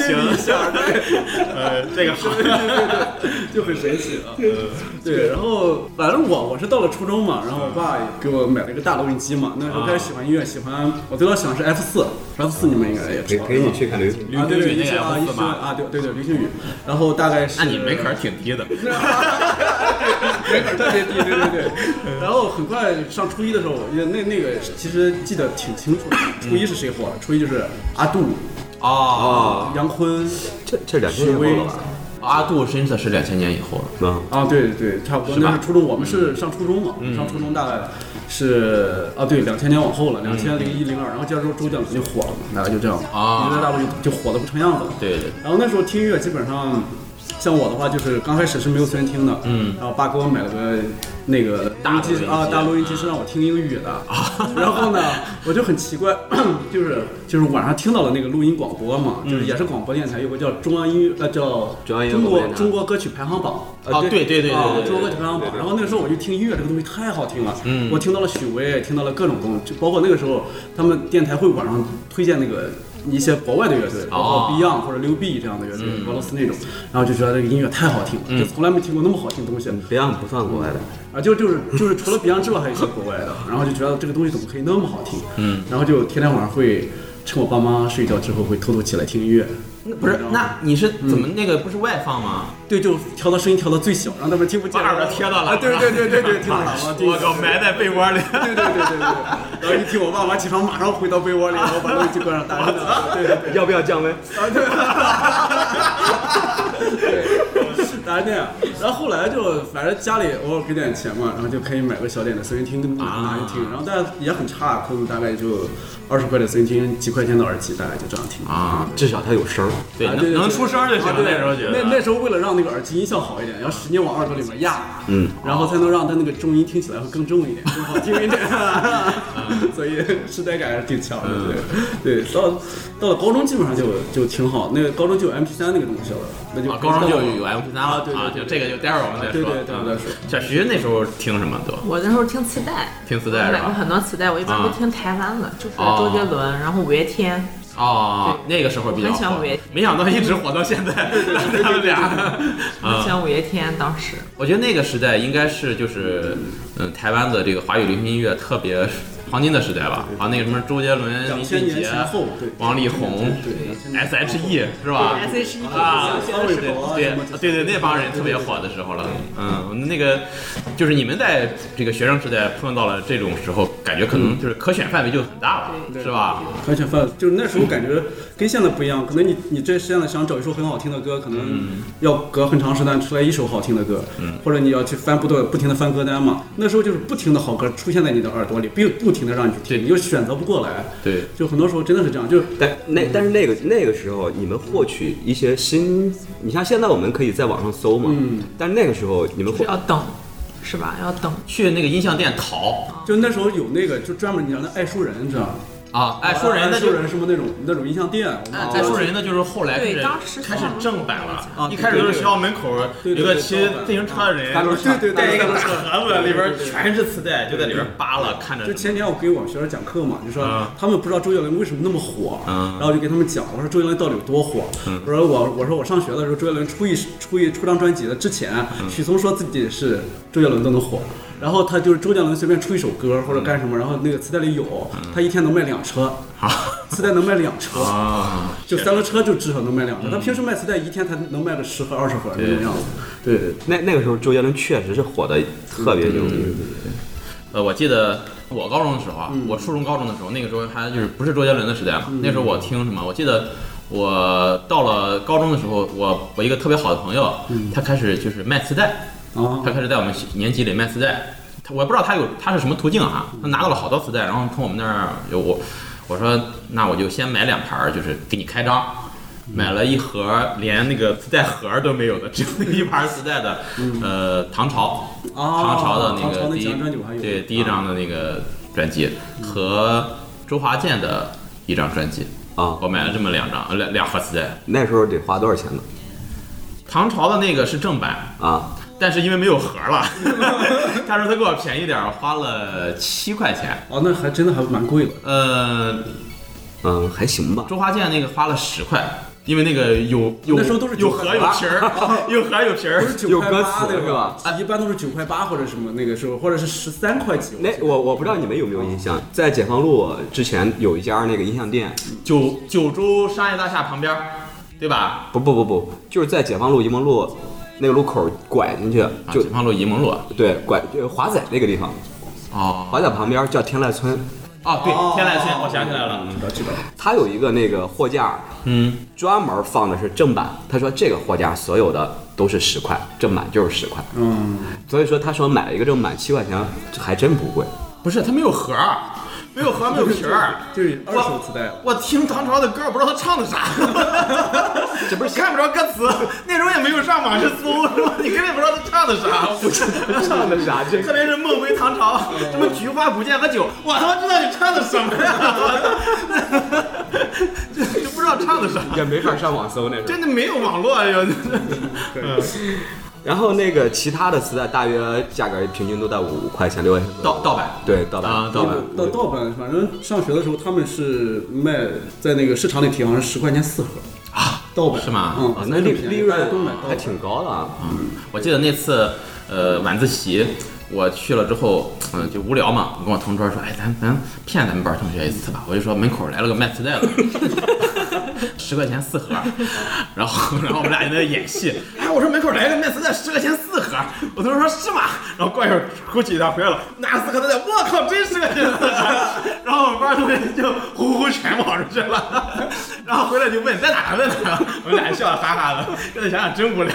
B: 行，呃，这个好，
D: 就很神奇啊。
B: 嗯
D: 对，然后反正我我是到了初中嘛，然后我爸
B: 嗯
D: 也给我买了一个大录音机嘛，那时候开始喜欢音乐，喜欢我最早喜欢是 F 四，F 四你们应该也
C: 陪
D: 知道。
C: 陪你
D: 是
C: 去
D: 吧
C: 看流星雨。
D: 啊，对对，
B: 那个
D: 流星啊，一
B: F4
D: 星
B: 嘛
D: 啊，对对对，流星雨，然后大概是
B: 那你门槛儿挺低的，
D: 没法特别低， 对对对。然后很快上初一的时候，那那那个其实记得挺清楚的，初一是谁火了？初一就是阿杜、
B: 哦，
C: 哦，
D: 杨坤、
C: 这这两千
D: 史
C: 年后
D: 威
C: 了吧？
B: 阿杜真的是两千年以后了。
C: 嗯，
D: 啊，对对，差不多。
B: 是吧嗯
D: 那是初中，我们是上初中嘛，上初中大概是啊，对，两千年往后了，两千零一零二，然后接着说周杰伦就火了嘛，大概就这样
B: 嗯啊
D: 娱乐大陆就就火的不成样子了。
B: 对对
D: 然后那时候听音乐基本上。像我的话，就是刚开始是没有随身听的，嗯，然后爸给我买了个那个
B: 大
D: 录音
B: 录
D: 机
B: 音
D: 啊，
B: 机
D: 大录音机是让我听英语的，然后呢，我就很奇怪，就是就是晚上听到了那个录音广播嘛，就是也是广播电台有个叫中央音乐，呃叫
C: 中央音乐广
D: 中
C: 播
D: 国
C: 电台
D: 中国歌曲排行榜，
B: 哦，对对对
D: 啊
B: 对，
D: 中国歌
B: 对嗯
D: 曲排行榜。然后那个时候我就听音乐这个东西太好听了，我听到了许巍，听到了各种东西，就包括那个时候他们电台会晚上推荐那个一些国外的乐队，包
B: 哦嗯
D: 括 Beyond 或者六 B 这样的乐队，俄罗斯那种，然后就觉得这个音乐太好听了，就从来没听过那么好听的东西。
B: 嗯
C: Beyond 不算国外的，
D: 啊，就就是就是除了 Beyond 之外，还有一些国外 的，然后就觉得这个东西怎么可以那么好听？嗯，然后就天天晚上会趁我爸妈睡觉之后，会偷偷起来听音乐。
B: 那不是，那你是怎么那个不是外放吗？
D: 对，就调到声音调到最小，让他们听不见。
B: 把耳朵贴到喇叭啊
D: 啊对对对对对， 贴到喇叭。对
B: 靠，埋在被窝里。
D: 对对对对对对。然后一听我爸妈起床，马上回到被窝里，然后把灯就关上，大声的，对对对。
C: 要不要降温？
D: 对，大家那样。然后后来就反正家里偶尔给点钱嘛，然后就可以买个小点的随身听拿一听，然后但也很差，可能大概就二十块的随身听，几块钱的耳机，大概就这样听。
B: 啊，
C: 至少它有声儿。
B: 对，
D: 啊
B: 能能出声就行
D: 啊
B: 了。
D: 对
B: 那时候觉得，
D: 那那时候为了让那个耳机音效好一点，要使劲往耳朵里面压，嗯，然后才能让它那个重音听起来会更重一点，更好听一点。 所以时代感还是挺强的，
B: 嗯
D: 对对。到到了高中基本上就就挺好，那个高中就有 MP 3那个东西了，那就
B: 啊，高中就有 MP3 了
D: 啊对对
B: 啊，
D: 对
B: 就这个就待会儿我们再说。
D: 对对对
B: 啊
D: 我们再说。
B: 小徐那时候听什么多？
E: 我那时候听磁带，
B: 听磁
E: 我
B: 带是
E: 买过
B: 吧？
E: 很多磁带，我一般都
B: 啊
E: 听台湾的，就是
B: 哦
E: 周杰伦，然后五月天。
B: 哦，那个时候比较
E: 很喜欢
B: 火
E: 五月，
B: 没想到一直火到现在。 他们俩 啊，
E: 像五月天当时，
B: 我觉得那个时代应该是就是，嗯，台湾的这个华语流行音乐特别黄金的时代吧。啊，那个什么周杰伦、林
D: 两
B: 俊
D: 千年
B: 杰、
D: 前后，对，
B: 王力宏、
D: 对
B: S.H.E 是吧？
E: S.H.E
B: 啊，
D: 三位狗啊
B: 对
D: 什么这些
B: 对对，那帮人特别火的时候了。嗯，那个就是你们在这个学生时代碰到了这种时候，感觉可能就是可选范围就很大了，
D: 嗯对
B: 是吧？
D: 而且范就是那时候感觉跟现在不一样，可能你你这现在想找一首很好听的歌，可能
B: 嗯
D: 要隔很长时间出来一首好听的歌，或者你要去翻不断不停的翻歌单嘛。那时候就是不停的好歌出现在你的耳朵里，并不停的让你去听，你就选择不过来。
B: 对，
D: 就很多时候真的是这样，就是
C: 但那
B: 嗯
C: 但是那个那个时候，你们获取一些新，你像现在我们可以在网上搜嘛，
D: 嗯
C: 但是那个时候你们
E: 是
C: 获
B: 啊
E: 要等，是吧？要等。
B: 去那个音像店淘
D: 就那时候有那个就专门你让他爱书人，知道吗？
B: 啊，哎，说人那
D: 爱
B: 就
D: 书
B: 是。
D: 人什么那种那种音像店，我们
B: 哎再说人呢，就是后来开
E: 对
B: 始
E: 当时哦
B: 开始正版了
D: 啊，
B: 一开始都是
D: 对对对
B: 学校门口
D: 对对
B: 有
D: 对
B: 个骑
D: 正版
B: 自行车的人，
D: 大轮车对对
B: 带一个大
D: 大轮车
B: 盒子，里边全是磁带，就在里边扒拉，看着
D: 就前几天我给我们学生讲课嘛，就说
B: 啊
D: 他们不知道周杰伦为什么那么火，
B: 嗯
D: 然后就给他们讲，我说周杰伦到底有多火？我说我我说我上学的时候，周杰伦出一出一出张专辑的之前，
B: 嗯
D: 许嵩说自己是周杰伦都能火。然后他就是周杰伦随便出一首歌或者干什么，然后那个磁带里有，
B: 嗯
D: 他一天能卖两车， 磁带能卖两车，
B: 啊，嗯
D: 就三轮车就至少能卖两车。他平时卖磁带一天才能卖个十盒二十盒那种样子。
C: 对对，那那个时候周杰伦确实是火的特
B: 嗯
C: 别牛逼，
B: 呃，我记得我高中的时候
D: 嗯
B: 啊，我初中、高中的时候，那个时候还就是不是周杰伦的时代嘛。那时候我听什么？我记得我到了高中的时候，我我一个特别好的朋友，
D: 嗯
B: 他开始就是卖磁带，
D: 啊
B: 他开始在我们年级里卖磁带。他我也不知道他有他是什么途径啊，他拿到了好多磁带，然后从我们那儿有我，我说那我就先买两盘儿，就是给你开张。买了一盒连那个磁带盒儿都没有的，只有一盘磁带的，呃，唐朝，
D: 啊
B: 唐朝的
D: 嗯唐朝
B: 那个
D: 那
B: 第
D: 几张专辑我还
B: 一
D: 有啊嗯
B: 对第一张的那个专辑和周华健的一张专辑
D: 哦
C: 啊
B: 我买了这么两张呃两两盒磁带。
C: 那时候得花多少钱呢？
B: 唐朝的那个是正版，
C: 啊，
B: 但是因为没有盒了， 他说他给我便宜点儿，花了七块钱。
D: 哦，那还真的还蛮贵的。
B: 呃，
C: 嗯，还行吧。
B: 周华健那个花了十块，因为那个有有
D: 那时候都是
B: 有
D: 九块
B: 盒有皮 儿，有盒有皮
D: 不
B: 儿
D: 是。九
C: 有
D: 块
C: 歌
D: 八
C: 词
D: 对
C: 是吧？
D: 一般都是九块八或者什么那个时候，或者是十三块几。
C: 那我我不知道你们有没有印象，在解放路之前有一家那个音像店，
B: 九九州商业大厦旁边儿，对吧？
C: 不不不不，就是在解放路沂蒙路那个路口拐进去，
B: 啊，
C: 就
B: 解放路沂蒙路。
C: 对拐就华仔那个地方，
B: 哦，
C: 华仔旁边叫天籁村，
B: 哦，对，
D: 哦嗯
B: 天籁村，我想起来了。
D: 知道知道。
C: 它有一个那个货架，
B: 嗯，
C: 专门放的是正版。他说这个货架所有的都是十块，正版就是十块。
D: 嗯，
C: 所以说他说买一个正版七块钱还真不贵。
B: 不是，它没有盒儿，没有盒儿，没有皮儿。
D: 就是二手磁带了。
B: 我听唐朝的歌，我不知道他唱的啥，这不是看不着歌词，内容也没有上网去搜，是吧？你根本不知道他唱的啥，
C: 唱的啥？这
B: 特别是《梦回唐朝》，什么《菊花不见和酒》，我他妈知道你唱的什么呀？就就不知道唱的啥，
C: 也没法上网搜那种。
B: 真的没有网络呀！
C: 然后那个其他的磁带大约价格平均都在五块钱六块钱左右。
B: 盗盗版，
C: 对，盗版
B: 啊盗版
D: 到盗版，反正上学的时候他们是卖在那个市场里提，好像是十块钱四盒啊，盗版
B: 是吗
D: 嗯
C: 啊，，那利
D: 这么便宜
C: 利
D: 大家都
C: 润
D: 买盗
C: 还
D: 版。
C: 挺高的啊。
B: 我记得那次，呃，晚自习我去了之后，嗯、就无聊嘛，我跟我同桌说，哎，咱咱骗咱们班同学一次吧。我就说门口来了个卖磁带的，十块钱四盒，然后然后我们俩就在那演戏，哎，我说门口来了个卖磁带，十块钱四盒，我同桌说是吗？然后过一会儿出去一趟回来了，拿了四盒磁带，我靠，真十块钱四盒，然后我们班同学就呼呼全跑出去了，然后回来就问在哪儿在哪儿，我们俩笑得哈哈的，现在想想真无聊。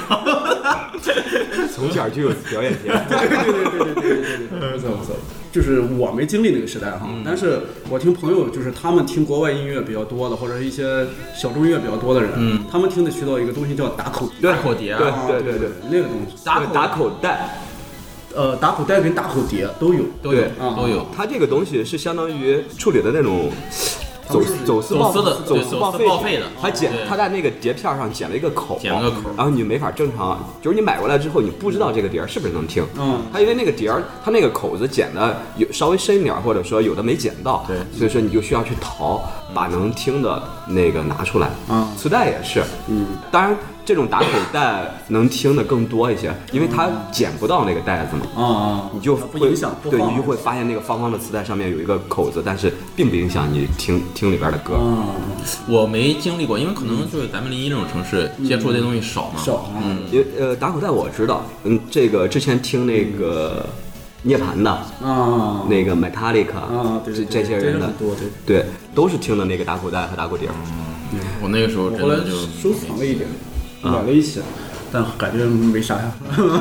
C: 从小就有表演天赋，
D: 对对对对对对对 对，不错不错。就是我没经历那个时代哈，但是我听朋友，就是他们听国外音乐比较多的，或者是一些小众音乐比较多的人，他们听的渠道有一个东西叫打口
B: 打口碟啊，
C: 对
D: 啊
C: 对
D: 对
C: 对对，
D: 那个东西，
B: 打口
C: 打口袋，
D: 呃，打口袋跟打口碟都有。
B: 都有
C: 对
D: 啊
B: 都有。
C: 它这个东西是相当于处理的那种走走私
B: 走私的
C: 走
B: 对
C: 私
B: 走私
C: 报
B: 报废的
C: 它剪
B: 对
C: 它在那个碟片上剪了一个口，
B: 剪了个口
C: 然后你没法正常，啊就是你买过来之后，你不知道这个碟儿是不是能听，
D: 嗯
C: 它因为那个碟儿它那个口子剪的有稍微深一点儿，或者说有的没剪到，
B: 对
C: 所以说你就需要去淘，把能听的那个拿出来，
D: 嗯
C: 磁带也是，嗯，当然这种打口袋能听的更多一些，因为它剪不到那个袋子嘛，
D: 啊啊，
C: 你就
D: 它不
C: 会
D: 影响播
C: 对，
D: 放
C: 你就会发现那个方方的磁带上面有一个口子，但是并不影响你听听里边的歌。
D: 啊，
B: 我没经历过，因为可能就是咱们临沂这种城市接触这东西少嘛。
D: 嗯少啊，
C: 因为呃，打口袋我知道，嗯，这个之前听那个涅槃的、
D: 啊
C: 那个 Metallica
D: 啊，对对，
C: 这这些
D: 人
C: 人的
D: 很，多嗯对。
C: 对，都是听的那个打口袋和打口碟。
B: 我那个时候
D: 我
B: 真
D: 后来
B: 的就啊
D: 收藏了一点，买了一些，但感觉没啥呀。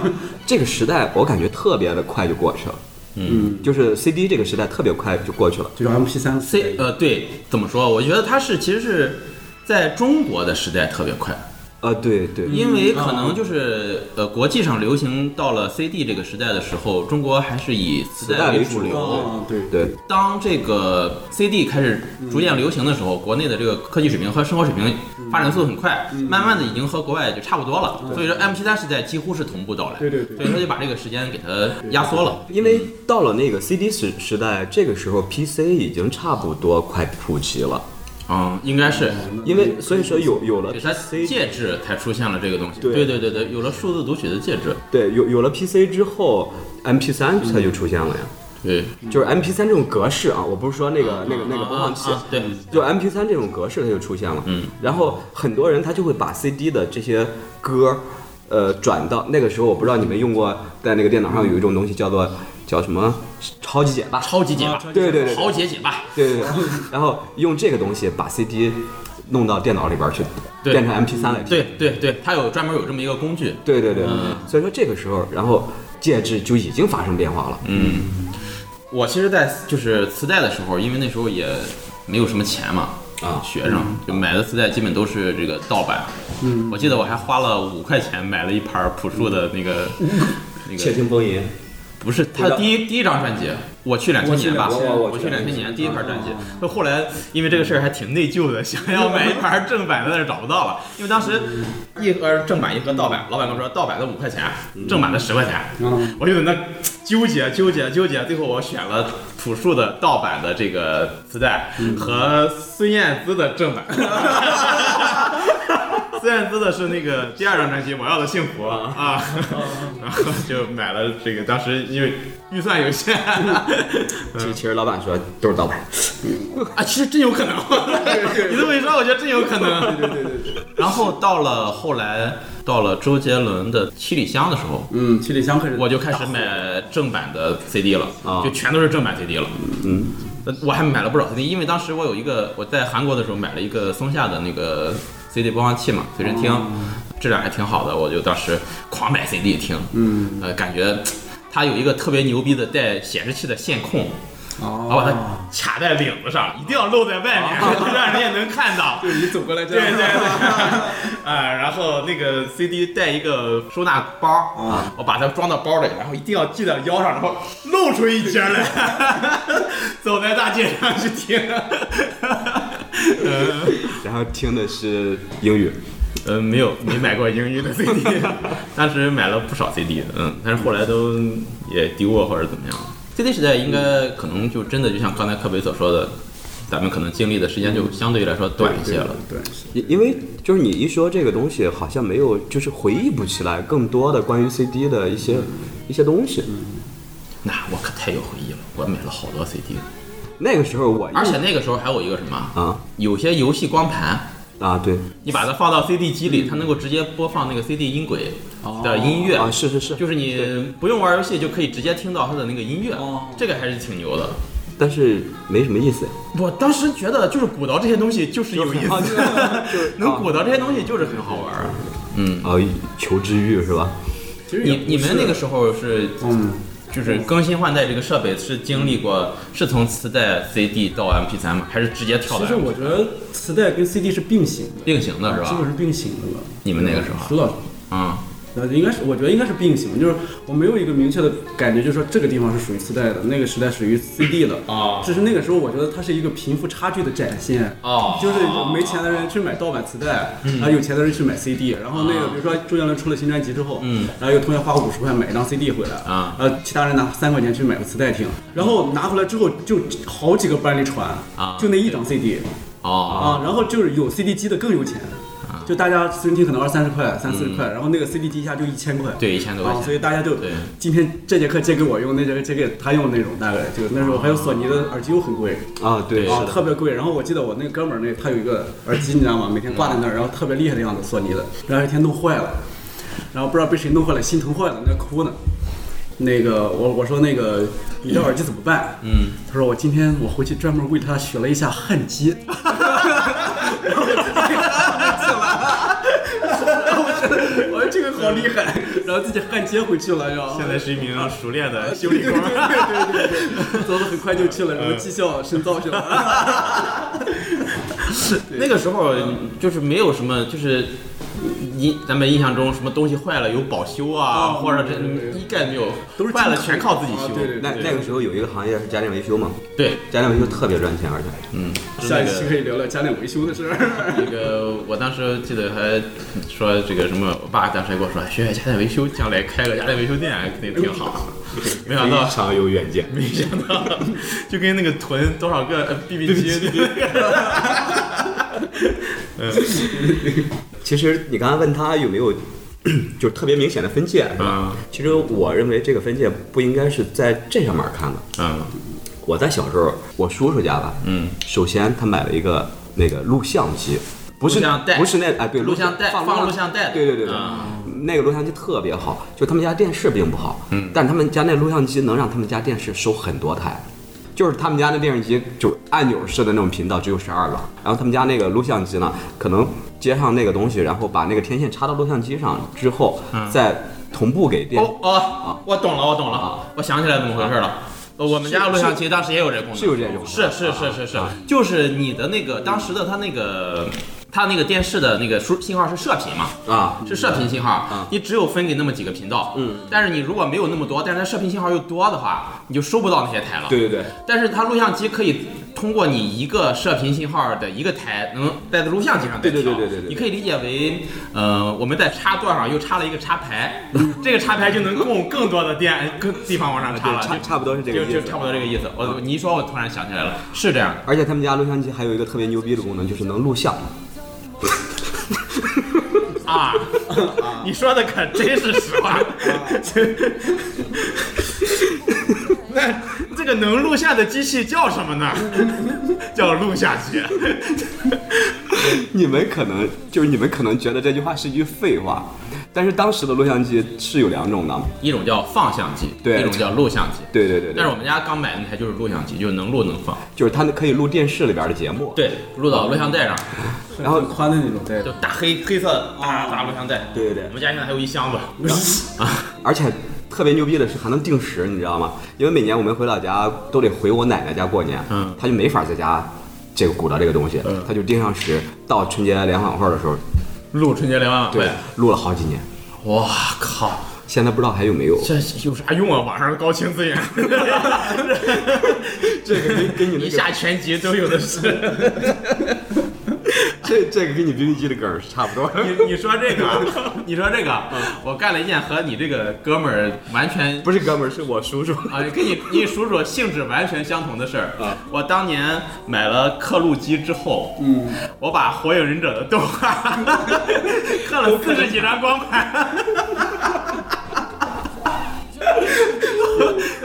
C: 这个时代我感觉特别的快就过去了，
D: 嗯，
C: 就是 CD 这个时代特别快就过去了。
D: 就是 M P 三
B: C 呃对，怎么说？我觉得它是其实是在中国的时代特别快，
C: 呃，对对，
D: 嗯
B: 因为可能就是呃国际上流行到了 CD 这个时代的时候，中国还是以磁带为呃主
C: 磁带为主
B: 流。
D: 啊，对
C: 对，
B: 当这个 CD 开始逐渐流行的时
C: 嗯
B: 候，国内的这个科技水平和生活水平发展速度很快，
C: 嗯
B: 慢慢的已经和国外就差不多了。所以说 MP3 时代几乎是同步到来，
D: 对对对
B: 所以他就把这个时间给它压缩了。
C: 因为到了那个 CD 时时代，这个时候 PC 已经差不多快普及了。
B: 嗯，应该是，
C: 因为所以说有有了
B: 给它
C: PC，
B: 介质才出现了这个东西。
C: 对
B: 对对对对有了数字读取的介质。
C: 对，有有了 PC 之后，MP 3它就出现了呀。
B: 对，
C: 就是 MP 3这种格式啊，我不是说那个那个那个播放器
B: 啊
C: 嗯
B: 啊啊，对
C: 就 MP 3这种格式它就出现了。嗯，然后很多人他就会把 CD 的这些歌，呃，转到那个时候，我不知道你们用过，在那个电脑上有一种东西叫做叫什么超级解霸，
B: 超级解霸，
C: 对对对对
B: 豪杰解霸，
C: 对对对， 然后用这个东西把 CD 弄到电脑里边去，
B: 对
C: 变成 MP 3来听。
B: 对对对，它有专门有这么一个工具。
C: 对对对，所以说这个时候，然后介质就已经发生变化了。
B: 嗯我其实，在就是磁带的时候，因为那时候也没有什么钱嘛，
C: 啊
B: 学生就买的磁带基本都是这个盗版。嗯，我记得我还花了五块钱买了一盘朴树的那个那个，
C: 听风吟，
B: 嗯不是他第一第一张专辑，我去两千年吧，
D: 我去
C: 2000
B: 我去两千年第啊一盘专辑。那后来因为这个事儿还挺内疚的，想要买一盘正版的，但是找不到了，因为当时一盒正版一盒盗版，老板跟我说盗版的五块钱，正版的十块钱。
D: 嗯
B: 我就在那纠结纠结纠结，最后我选了朴树的盗版的这个磁带和孙燕姿的正版。 孙燕姿的是那个第二张专辑《我要的幸福》啊，然后就买了这个，当时因为预算有限嗯
C: 其实其实老板说都是盗版，
B: 啊，其实真有可能， 你这么一说，我觉得真有可能。
D: 对对对对，
B: 然后到了后来，到了周杰伦的《七里香》的时候，
D: 嗯，七里香开始
B: 我就开始买正版的 CD 了，
C: 啊
B: 就全都是正版 CD 了。
C: 嗯
B: 呃，我还买了不少 CD，因为当时我有一个我在韩国的时候买了一个松下的那个 CD 播放器嘛，随身听，
C: 哦
B: 质量还挺好的，我就当时狂买 CD 听，
D: 嗯
B: 呃，感觉嘖它有一个特别牛逼的带显示器的线控。我把它
D: 哦，
B: 卡在领子上，一定要露在外面，让人家能看 到。
D: 对哦你走过来这
B: 对
D: 样，
B: 对 对，啊，然后那个 CD 带一个收纳包
D: 啊，
B: 我把它装到包里，然后一定要系到腰上，然后露出一截儿来， 走在大街上去听。
C: 然后听的是英语，
B: 呃，没有，没买过英语的 CD，当时买了不少 CD，嗯，但是后来都也丢过或者怎么样。 Z Z 时代应该可能就真的就像刚才柯北所说的，咱们可能经历的时间就相对来说短一些了。
D: 对，
C: 因因为就是你一说这个东西，好像没有，就是回忆不起来更多的关于 CD 的一些一些东西。
B: 那我可太有回忆了，我买了好多 CD，
D: 嗯
C: 那个时候我
B: 而且那个时候还有一个什么啊，
C: 啊
B: 有些游戏光盘。
C: 啊对
B: 你把它放到 CD 机里，它能够直接播放那个 CD 音轨的音
D: 哦
B: 乐，
C: 啊是是是，
B: 就是你不用玩游戏就可以直接听到它的那个音乐
D: 哦，
B: 这个还是挺牛的。
C: 但是没什么意思呀。
B: 我当时觉得就是鼓捣这些东西就是啊有意 思，能鼓捣这些东西就是很好玩儿。嗯，
C: 啊，求知欲是吧？
D: 其实也
B: 你
D: 不
B: 你们
D: 是
B: 那个时候是
D: 嗯，
B: 就是更新换代这个设备是经历过是从磁带 CD 到 MP3 吗？还是直接跳
D: 其
B: 的
D: 实我觉得磁带跟 CD 是并行
B: 啊
D: 的，
B: 并行的是
D: 基本
B: 吧？
D: 是并行的了。
B: 你们那个时候
D: 徐老师，
B: 嗯，
D: 那呃应该是我觉得应该是并行的，就是我没有一个明确的感觉，就是说这个地方是属于磁带的，那个时代属于 CD 的
B: 哦
D: 只是那个时候我觉得它是一个贫富差距的展现
B: 哦
D: 就是有没钱的人去买盗版磁带，
B: 嗯
D: 然后有钱的人去买 CD，然后那个比如说周杰伦出了新专辑之后，
B: 啊嗯，
D: 然后有同学花五十块买一张 CD 回来
B: 啊，
D: 然后其他人拿三块钱去买个磁带听，然后拿回来之后就好几个班里传
B: 啊
D: 就那一张 CD，
B: 哦，
D: 啊，然后就是有 CD 机的更有钱，
B: 啊
D: 就大家随身听可能二三十块、三四十块，然后那个 CD 机一下就一千块，
B: 嗯对，一千多块
D: 啊，
B: 钱，
D: 所以大家就
B: 对
D: 今天这节课借给我用，那节课借给他用那种，大概就那时候还有索尼的耳机又很贵。
C: 啊，
B: 啊
C: 对，
B: 对
D: 啊，
C: 是
D: 特
C: 的，
D: 别贵。然后我记得我那个哥们儿那他有一个耳机，你知道吗？每天挂在
B: 嗯
D: 那儿，然后特别厉害的样子，索尼的。然后有一天弄坏了，然后不知道被谁弄坏了，心疼坏了，那哭呢。那个我我说那个你这耳机怎么办？嗯，他说我今天我回去专门为他学了一下焊接。然后我自己然后我觉得 我说这个好厉害，然后自己焊接回去了，然后
B: 是一名熟练的
D: 修理工，对对对对，走的很快就去了，
B: 嗯
D: 然后技校深造去 了。
B: 那个时候就是没有什么，就是印咱们印象中什么东西坏了有保修啊，
D: 哦
B: 或者
D: 对对
B: 这
D: 对
B: 一概没有，
D: 都是
B: 坏了
D: 进口
B: 全靠自己
D: 啊
B: 修。
D: 对对对
C: 那那个时候有一个行业是家电维修嘛，
B: 对，
C: 家电维修特别赚钱，而且
B: 嗯，是
D: 下
B: 那
D: 一期可
B: 个
D: 以聊聊家电维修的事儿。
B: 那个，我当时记得还说这个什么，我爸当时还跟我说，学学家电维修，将来开个家电维修店肯定挺好。没想到，
C: 常有远见。
B: 哎没想到，就跟那个囤多少个 BB 机，
C: 其实你刚才问他有没 有就是特别明显的分界，
B: 嗯
C: 其实我认为这个分界不应该是在这上面看的。
B: 嗯
C: 我在小时候，我叔叔家吧，
B: 嗯，
C: 首先他买了一个那个录像机，不是
B: 录像带
C: 不是那哎对，
B: 录像带
C: 放
B: 放录像带的
C: 对对对对
B: 啊，
C: 那个录像机特别好，就他们家电视并不好，嗯，但是他们家那录像机能让他们家电视收很多台。就是他们家那电视机，就按钮式的那种频道只有十二个，然后他们家那个录像机呢，可能接上那个东西，然后把那个天线插到录像机上之后，再同步给电，
B: 嗯哦哦，我懂了，我懂了，我想起来怎么回事了。呃我们家录像机当时也有这功能，啊
C: 是有这种
B: 是是是是是，就是你的那个当时的它那个它那个电视的那个输信号是射频嘛，
C: 啊，嗯
B: 是射频信号，你只有分给那么几个频道，嗯，但是你如果没有那么多，但是它射频信号又多的话，你就收不到那些台了。
C: 对对对，
B: 但是它录像机可以通过你一个射频信号的一个台，能在录像机上再
C: 对对
B: 调
C: 对对对对
B: 你可以理解为，呃，我们在插座上又插了一个插排， 这个插排就能供更多的电更地方往上插了，
C: 啊对差
B: 就
C: 差不多是这个意思啊
B: 就就差不多这个意思。我你一说，我突然想起来了，是这样的。
C: 而且他们家录像机还有一个特别牛逼的功能，就是能录像。
B: 啊， 你说的可真是实 话。那这个能录像的机器叫什么呢？ 叫录像机。
C: 你们可能就是你们可能觉得这句话是一句废话，但是当时的录像机是有两种的。
B: 一种叫放相机，
C: 对
B: 一种叫录像机。
C: 对对对
B: 但是
C: 对，
B: 我们家刚买的那台就是录像机，就是能录能放，
C: 就是它可以录电视里边的节目。，
B: 对，录到录像带上，
C: 然后
D: 很宽的那种带
B: 就大黑黑色大大录像带。
C: 对对对
B: 我们家现在还有一箱子。
C: 而且特别牛逼的是还能定时，你知道吗？因为每年我们回老家都得回我奶奶家过年，
B: 嗯
C: 他就没法在家这个鼓捣这个东西，
B: 嗯
C: 他就定上时，到春节联欢晚会的时候，
B: 录春节联欢晚
C: 对
B: 会，，
C: 录了好几年，
B: 哇靠！
C: 现在不知道还有没有。
B: 这有啥用啊？网上高清 资源，
C: 这个跟跟你那个
B: 一下全集都有的是。
C: 这这个跟你 B B 机的梗儿是差不多的。
B: 你你说这个啊，你说这个啊，我干了一件和你这个哥们儿完全
C: 不是哥们儿，是我叔叔。
B: 啊，跟你你叔叔性质完全相同的事儿。我当年买了刻录机之后，嗯，我把《火影忍者》的动画刻了四十几张光盘。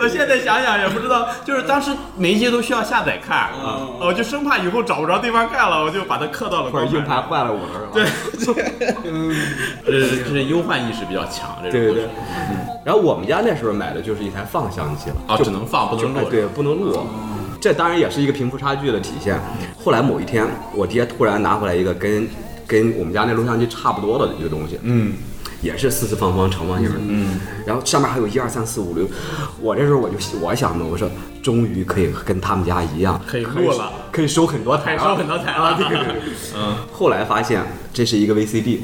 B: 我现在想想也不知道，就是当时每一集都需要下载看，啊我就生怕以后找不着地方看了，我就把它刻到了
C: 或
B: 光
C: 者硬
B: 盘。
C: 盘坏了我是吧？对
B: 这是这是忧患意识比较强，这种
C: 对对对。 然后我们家那时候买的就是一台放相机了，
B: 啊，只能放不能
C: 哎
B: 录。
C: 对，不能录。这当然也是一个贫富差距的体现。后来某一天，我爹突然拿回来一个跟跟我们家那录像机差不多的一个东西，嗯，也是四四方方长方形，嗯，然后上面还有一二三四五六。我这时候我就我想的，我说终于可以跟他们家一样，
B: 可以录了，
C: 可以收很多台
B: 还
C: 了，
B: 收很多台了，
C: 对对对。后来发现这是一个 VCD，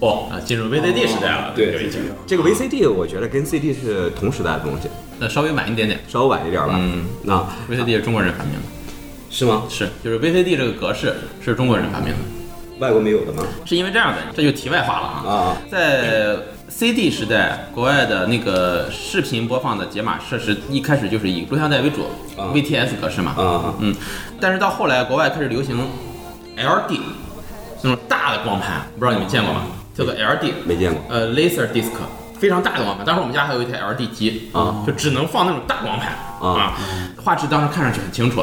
B: 哦，啊，进入 VCD 时代了，
C: 对
B: 有一点
C: 这个 VCD 我觉得跟 CD 是同时代的东西，
B: 那呃稍微晚一点点。
C: 稍微晚一点吧。
B: 嗯，
C: 那
B: VCD 是中国人发明的，
C: 是吗？
B: 是，就是 VCD 这个格式是中国人发明的，
C: 外国没有的吗？
B: 是因为这样的，这就题外话了啊。
C: 啊，
B: 在 CD 时代，国外的那个视频播放的解码设施一开始就是以录像带为主
C: 啊
B: ，VTS 格式嘛。
C: 啊
B: 嗯，但是到后来，国外开始流行 LD 那种大的光盘，不知道你们见过吗？叫做 LD，
C: 没见过。
B: 呃，Laser Disc，非常大的光盘。当时我们家还有一台 LD 机
C: 啊
B: 就只能放那种大光盘
C: 啊
B: 画质当时看上去很清楚，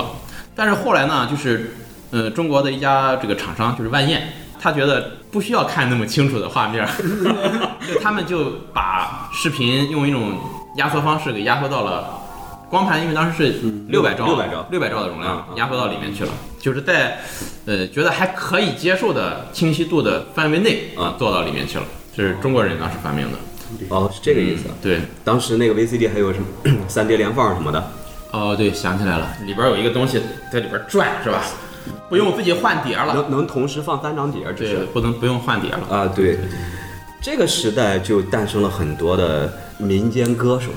B: 但是后来呢，就是呃，中国的一家这个厂商就是万燕，他觉得不需要看那么清楚的画面， 就他们就把视频用一种压缩方式给压缩到了。光盘因为当时是六百兆，
C: 600兆嗯
B: 六百兆的容量
C: 啊啊
B: 压缩到里面去了，就是在，呃，觉得还可以接受的清晰度的范围内啊
C: 啊，
B: 做到里面去了。这是中国人当时发明的，嗯
C: 哦，是这个意思。
B: 对，
C: 当时那个 VCD 还有什么三碟连放什么的，
B: 哦，对，想起来了，里边有一个东西在里边转，是吧？不用自己换碟了，
C: 能能同时放三张碟，只
B: 对
C: 是，
B: 不能不用换碟了。
C: 啊，对。这个时代就诞生了很多的民间歌手，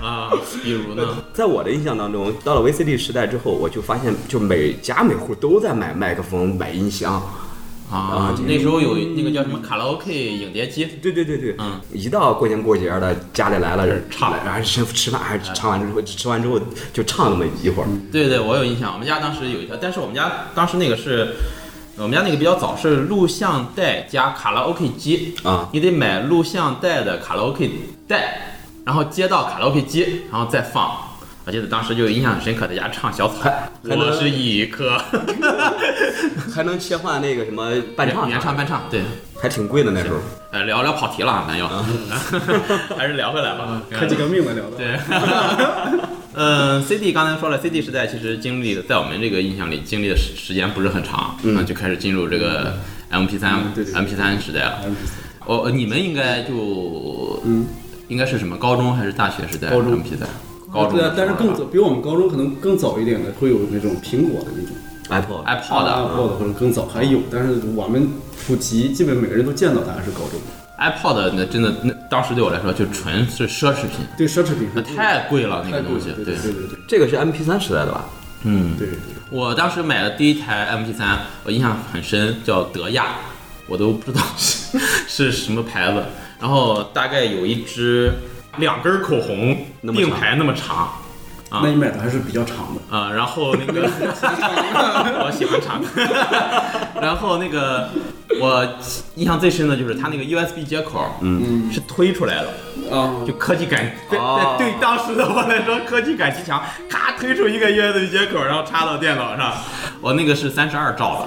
B: 啊，比如呢？
C: 在我的印象当中，到了 VCD 时代之后，我就发现，就每家每户都在买麦克风、买音箱，
B: 啊，那时候有那个叫什么卡拉 OK 影碟机，
C: 对对对对，
B: 嗯，
C: 一到过年过节的，家里来了人
B: 唱
C: 然后吃吃饭，还唱完之后，吃完之后就唱那么一会儿，
B: 对对，我有印象。我们家当时有一条，但是我们家当时那个是，我们家那个比较早，是录像带加卡拉 OK 机
C: 啊
B: 你得买录像带的卡拉 OK 带，然后接到卡拉 OK 机，然后再放。我记得当时就印象很深刻，在家唱小草，
C: 还能
B: 我是一颗，
C: 还能切换那个什么 伴唱，
B: 原唱，伴唱，对。
C: 还挺贵的那时候。
B: 呃，聊聊跑题了啊，咱又， 还是聊回来吧。
D: 科技革命了聊的。
B: 对，嗯，CD 刚才说了，CD 时代其实经历的，在我们这个印象里经历的时时间不是很长，嗯，就开始进入这个 MP 3
D: 嗯对对对
B: MP 3时代了。哦，你们应该就，应该是什么高中还是大学时代
D: 嗯高中
B: ？MP 3高中
D: 对
B: 的时
D: 啊
B: 候，
D: 但是更早，比我们高中可能更早一点的，会有那种苹果的那种
C: Apple
B: iPod 啊
D: ，Apple 的或者更早还有，但是我们普及，基本每个人都见到它是高中。
B: iPod 那真的，那当时对我来说就纯是奢侈品，
D: 对奢侈品
B: 那太贵了那
D: 太
B: 个
D: 贵
B: 东西
D: 了，对
B: 对
D: 对，对对对
C: 这个是 MP 3时代的吧？
B: 嗯。
D: 对对。
B: 我当时买的第一台 MP 3我印象很深，叫德亚，我都不知道是是什么牌子。然后大概有一支两根口红
C: 那么
B: 并
C: 长
B: 排那么长啊
D: 那你买的还是比较长的，
B: 啊、然后那 个我喜欢长， 然后那个我印象最深的就是它那个 USB 接口，嗯，是推出来的，
D: 啊，
B: 就科技感，对
C: 哦
B: 对对，当时的我来说科技感极强，咔推出一个 USB 接口，然后插到电脑上，我那个是三十二兆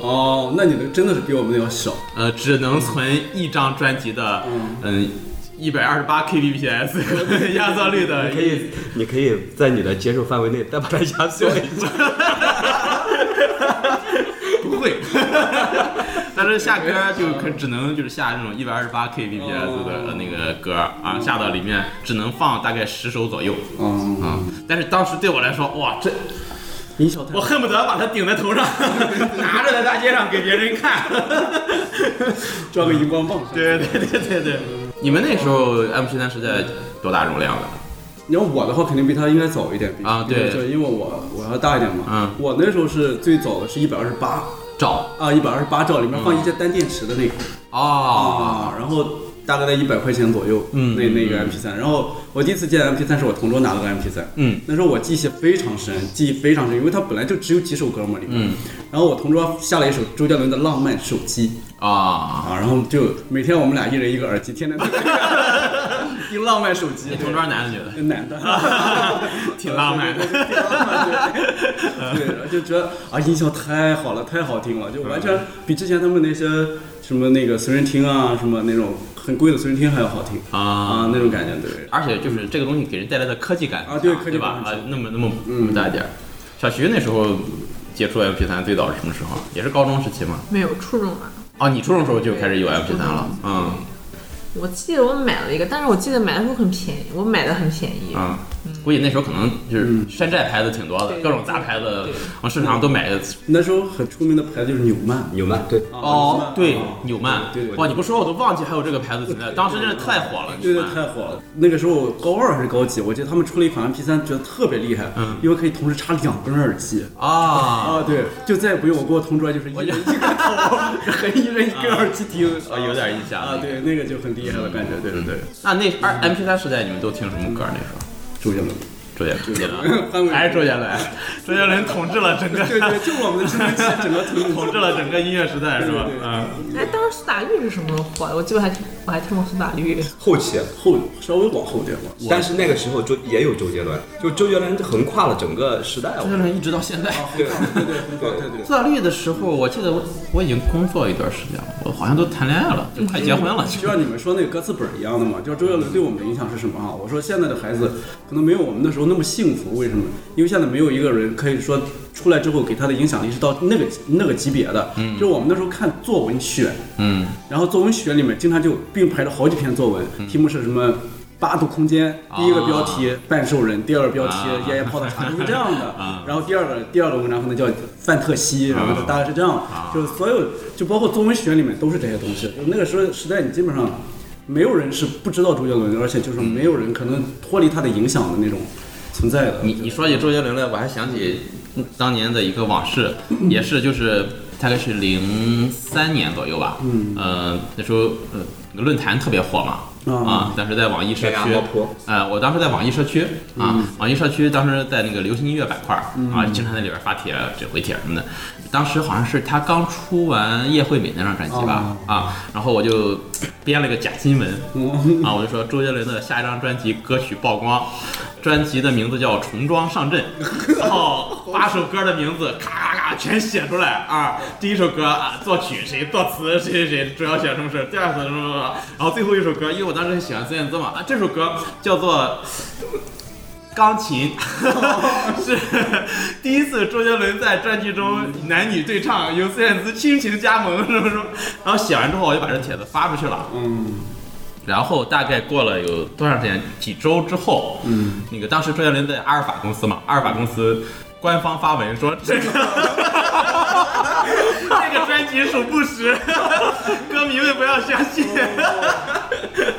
B: 的，
D: 哦，那你的真的是比我们的要小，
B: 呃，只能存一张专辑的，嗯，一百二十八 kbps 压缩率的
C: 你可 以，你可以在你的接受范围内再把它压缩一 下。
B: 不会，但是下歌就可只能就是下这种一百二十八 kbps 的呃那个歌啊，下到里面只能放大概十首左右
D: 嗯，
B: 啊、但是当时对我来说，哇，这
D: 音效太
B: 我恨不得把它顶在头上，拿着在大街上给别人看。
D: 抓个
B: 啊
D: 荧光棒，
B: 对对对对对，你们那时候 M P 三时代多大容量的？
D: 你要我的话，肯定比他应该早一点。比
B: 啊对
D: 就因为我我要大一点嘛。
B: 嗯
D: 我那时候是最早的是一百二十八
B: 照
D: 啊，一百二十八兆里
B: 嗯
D: 面放一节单电池的那个
B: 啊，
E: 哦
D: 啊，然后大概在一百块钱左右，
B: 嗯
D: 那那个 MP 3然后我第一次见 MP 3是我同桌拿了个 MP 3
B: 嗯，
D: 那时候我记性非常深，记忆非常深，因为它本来就只有几首歌嘛里面，
B: 嗯，
D: 然后我同桌下了一首周杰伦的《浪漫手机》
B: 啊，
D: 啊，然后就每天我们俩一人一个耳机，天天 听《浪漫手机》
B: 你
D: 对，
B: 同桌男的女的？
D: 男的，
B: 挺浪漫的
D: 对对对挺浪漫的。 对，然后就觉得啊，音效太好了，太好听了，就完
B: 嗯
D: 全比之前他们那些什么那个随身听啊，什么那种很贵的随身听还要好听
B: 啊
D: 啊，那种感觉，对。
B: 而且就是这个东西给人带来的科技感
D: 啊对
B: 很强
D: 科技
B: 对
D: 感嗯
B: 吧？
D: 很
B: 啊
D: 强，
B: 那么那么那么大一点儿。小学那时候接触 MP 3最早是什么时候？也是高中时期吗？
E: 没有初中啊。
B: 哦，你初中时候就开始有 MP 3了，嗯
E: 我记得我买了一个，但是我记得买的时候很便宜，我买的很便宜。
B: 嗯。估计那时候可能就是
D: 嗯
B: 山寨牌子挺多的，
E: 对
B: 各种杂牌子
E: 对
B: 往市场上都买的。
D: 那时候很出名的牌子就是纽曼
C: 纽曼对，
D: 啊
B: 哦，对，
D: 纽
B: 纽曼
D: 对对，对
B: 哇，你不说我都忘记还有这个牌子存在，当时真是太火了。
D: 对
B: 纽
D: 啊
B: 曼
D: 对，太火了。那个时候我高二还是高几，我记得他们出了一款 MP 3觉得特别厉害，
B: 嗯
D: 因为可以同时插两根耳机。
B: 啊，
D: 啊，对，就再也不用我跟我同桌就是一人一个 头，很一人一个耳机听，
B: 啊有点印象
D: 啊，对，那个就很厉害了，感觉，对对对，
B: 那那二 MP 3时代你们都听什么歌儿？那时候
D: 周杰伦，
B: 周杰周杰
D: 潘
B: 伦，哎
D: 玮柏
B: 还是周杰伦，周杰伦统治了整个
D: 对对，就我们的青春期整个听
B: 统治了整个音乐时代是吧？嗯，
E: 哎，当时苏打绿是什么时候火的？我记得我还听我还听过苏打绿。
C: 后期，
D: 后稍微往后点吧，
C: 但是那个时候周也有周杰伦，就周杰伦横跨了整个时代。我哦
B: 周杰伦一直到现在。
C: 对
D: 对对对对对，
B: 苏打绿的时候，我记得我我已经工作一段时间了，我好像都谈恋爱了，就快结婚了。
D: 就像你们说那个歌词本一样的嘛，就是周杰伦对我们的影响是什么啊？我说现在的孩子可能没有我们那时候那么幸福，为什么？因为现在没有一个人可以说出来之后给他的影响力是到那个那个级别的，嗯，就是我们那时候看作文选，
B: 嗯，
D: 然后作文选里面经常就并排了好几篇作文，题目是什么？八度空间，第一个标题“半兽人”，第二个标题
B: 啊
D: “爷爷泡的茶”，就是这样的
B: 啊。
D: 然后第二个第二个文章可能叫“范特西”，然后就大概是这样。就是所有，就包括作文选里面都是这些东西。就那个时候时代，你基本上没有人是不知道周杰伦的，而且就是没有人可能脱离他的影响的那种存在的。
B: 你你说起周杰伦来，我还想起当年的一个往事，也是就是大概是零三年左右吧，嗯，呃那时候呃论坛特别火嘛，
D: 啊
B: 啊，当时在网易社
C: 天
B: 区
C: 涯爆破，
B: 呃我当时在网易社区啊，网易社区当时在那个流行音乐板块儿啊，经常在里边发帖、这回帖什么的，当时好像是他刚出完《叶惠美》那张专辑吧，啊，然后我就编了个假新闻，
D: 嗯
B: 啊，我就说周杰伦的下一张专辑歌曲曝光，专辑的名字叫《重装上阵》，然后八首歌的名字咔咔咔全写出来啊。第一首歌啊，作曲谁，作词谁谁谁，主要写什么事儿，第二首什么什么什么，然后最后一首歌，因为我当时很喜欢孙燕姿嘛，啊，这首歌叫做。钢琴 是第一次周杰伦在专辑中男女对唱，由孙燕姿亲情加盟， 什么什么。然后写完之后，我就把这帖子发出去了。
D: 嗯，
B: 然后大概过了有多长时间？几周之后，嗯，那个当时周杰伦在阿尔法公司嘛，阿尔法公司官方发文说这个这个专辑属不实， 歌迷们不要相信。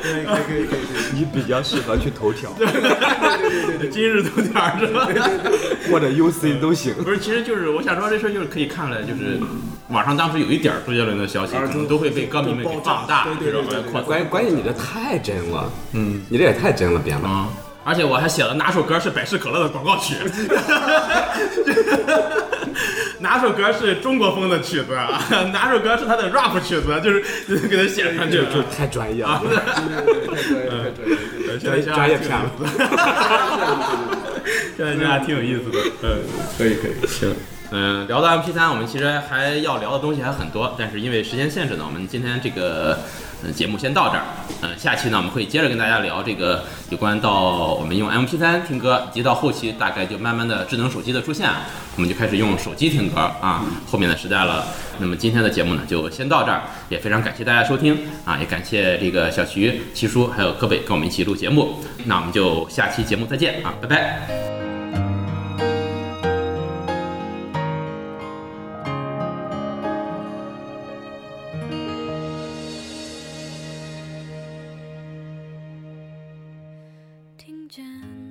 D: 可以可以可以可以。
C: 你比较适合去头条
B: 今日头条是吧？
C: 或者 UC 都行。
B: 不是，其实就是我想说这事儿就是可以看了，就是网上当时有一点儿周杰伦的消息，
D: 啊
B: 可能都会被歌迷们给放大，
D: 对
B: 这
D: 对对
B: 种
D: 对对
B: 扩散
C: 关关键你这太真了，嗯，你这也太真了，编了。
B: 啊。而且我还写了哪首歌是百事可乐的广告曲，哪首歌是中国风的曲子，啊？哪首歌是他的 rap 曲子，就是给他写上去了。
C: 这太专 业了，
B: 现在想想
C: 专业
B: 挺
C: 片了
B: 有意思 的现在想想挺有意思的，嗯，
D: 可以可以，
B: 行。嗯，聊到 MP 3我们其实还要聊的东西还很多，但是因为时间限制呢，我们今天这个呃节目先到这儿。嗯、下期呢我们会接着跟大家聊这个有关到我们用 MP 3听歌，以及到后期大概就慢慢的智能手机的出现，啊我们就开始用手机听歌啊，后面的时代了。那么今天的节目呢就先到这儿，也非常感谢大家收听啊，也感谢这个小徐、七叔还有柯北跟我们一起录节目。那我们就下期节目再见啊，拜拜。
F: 听见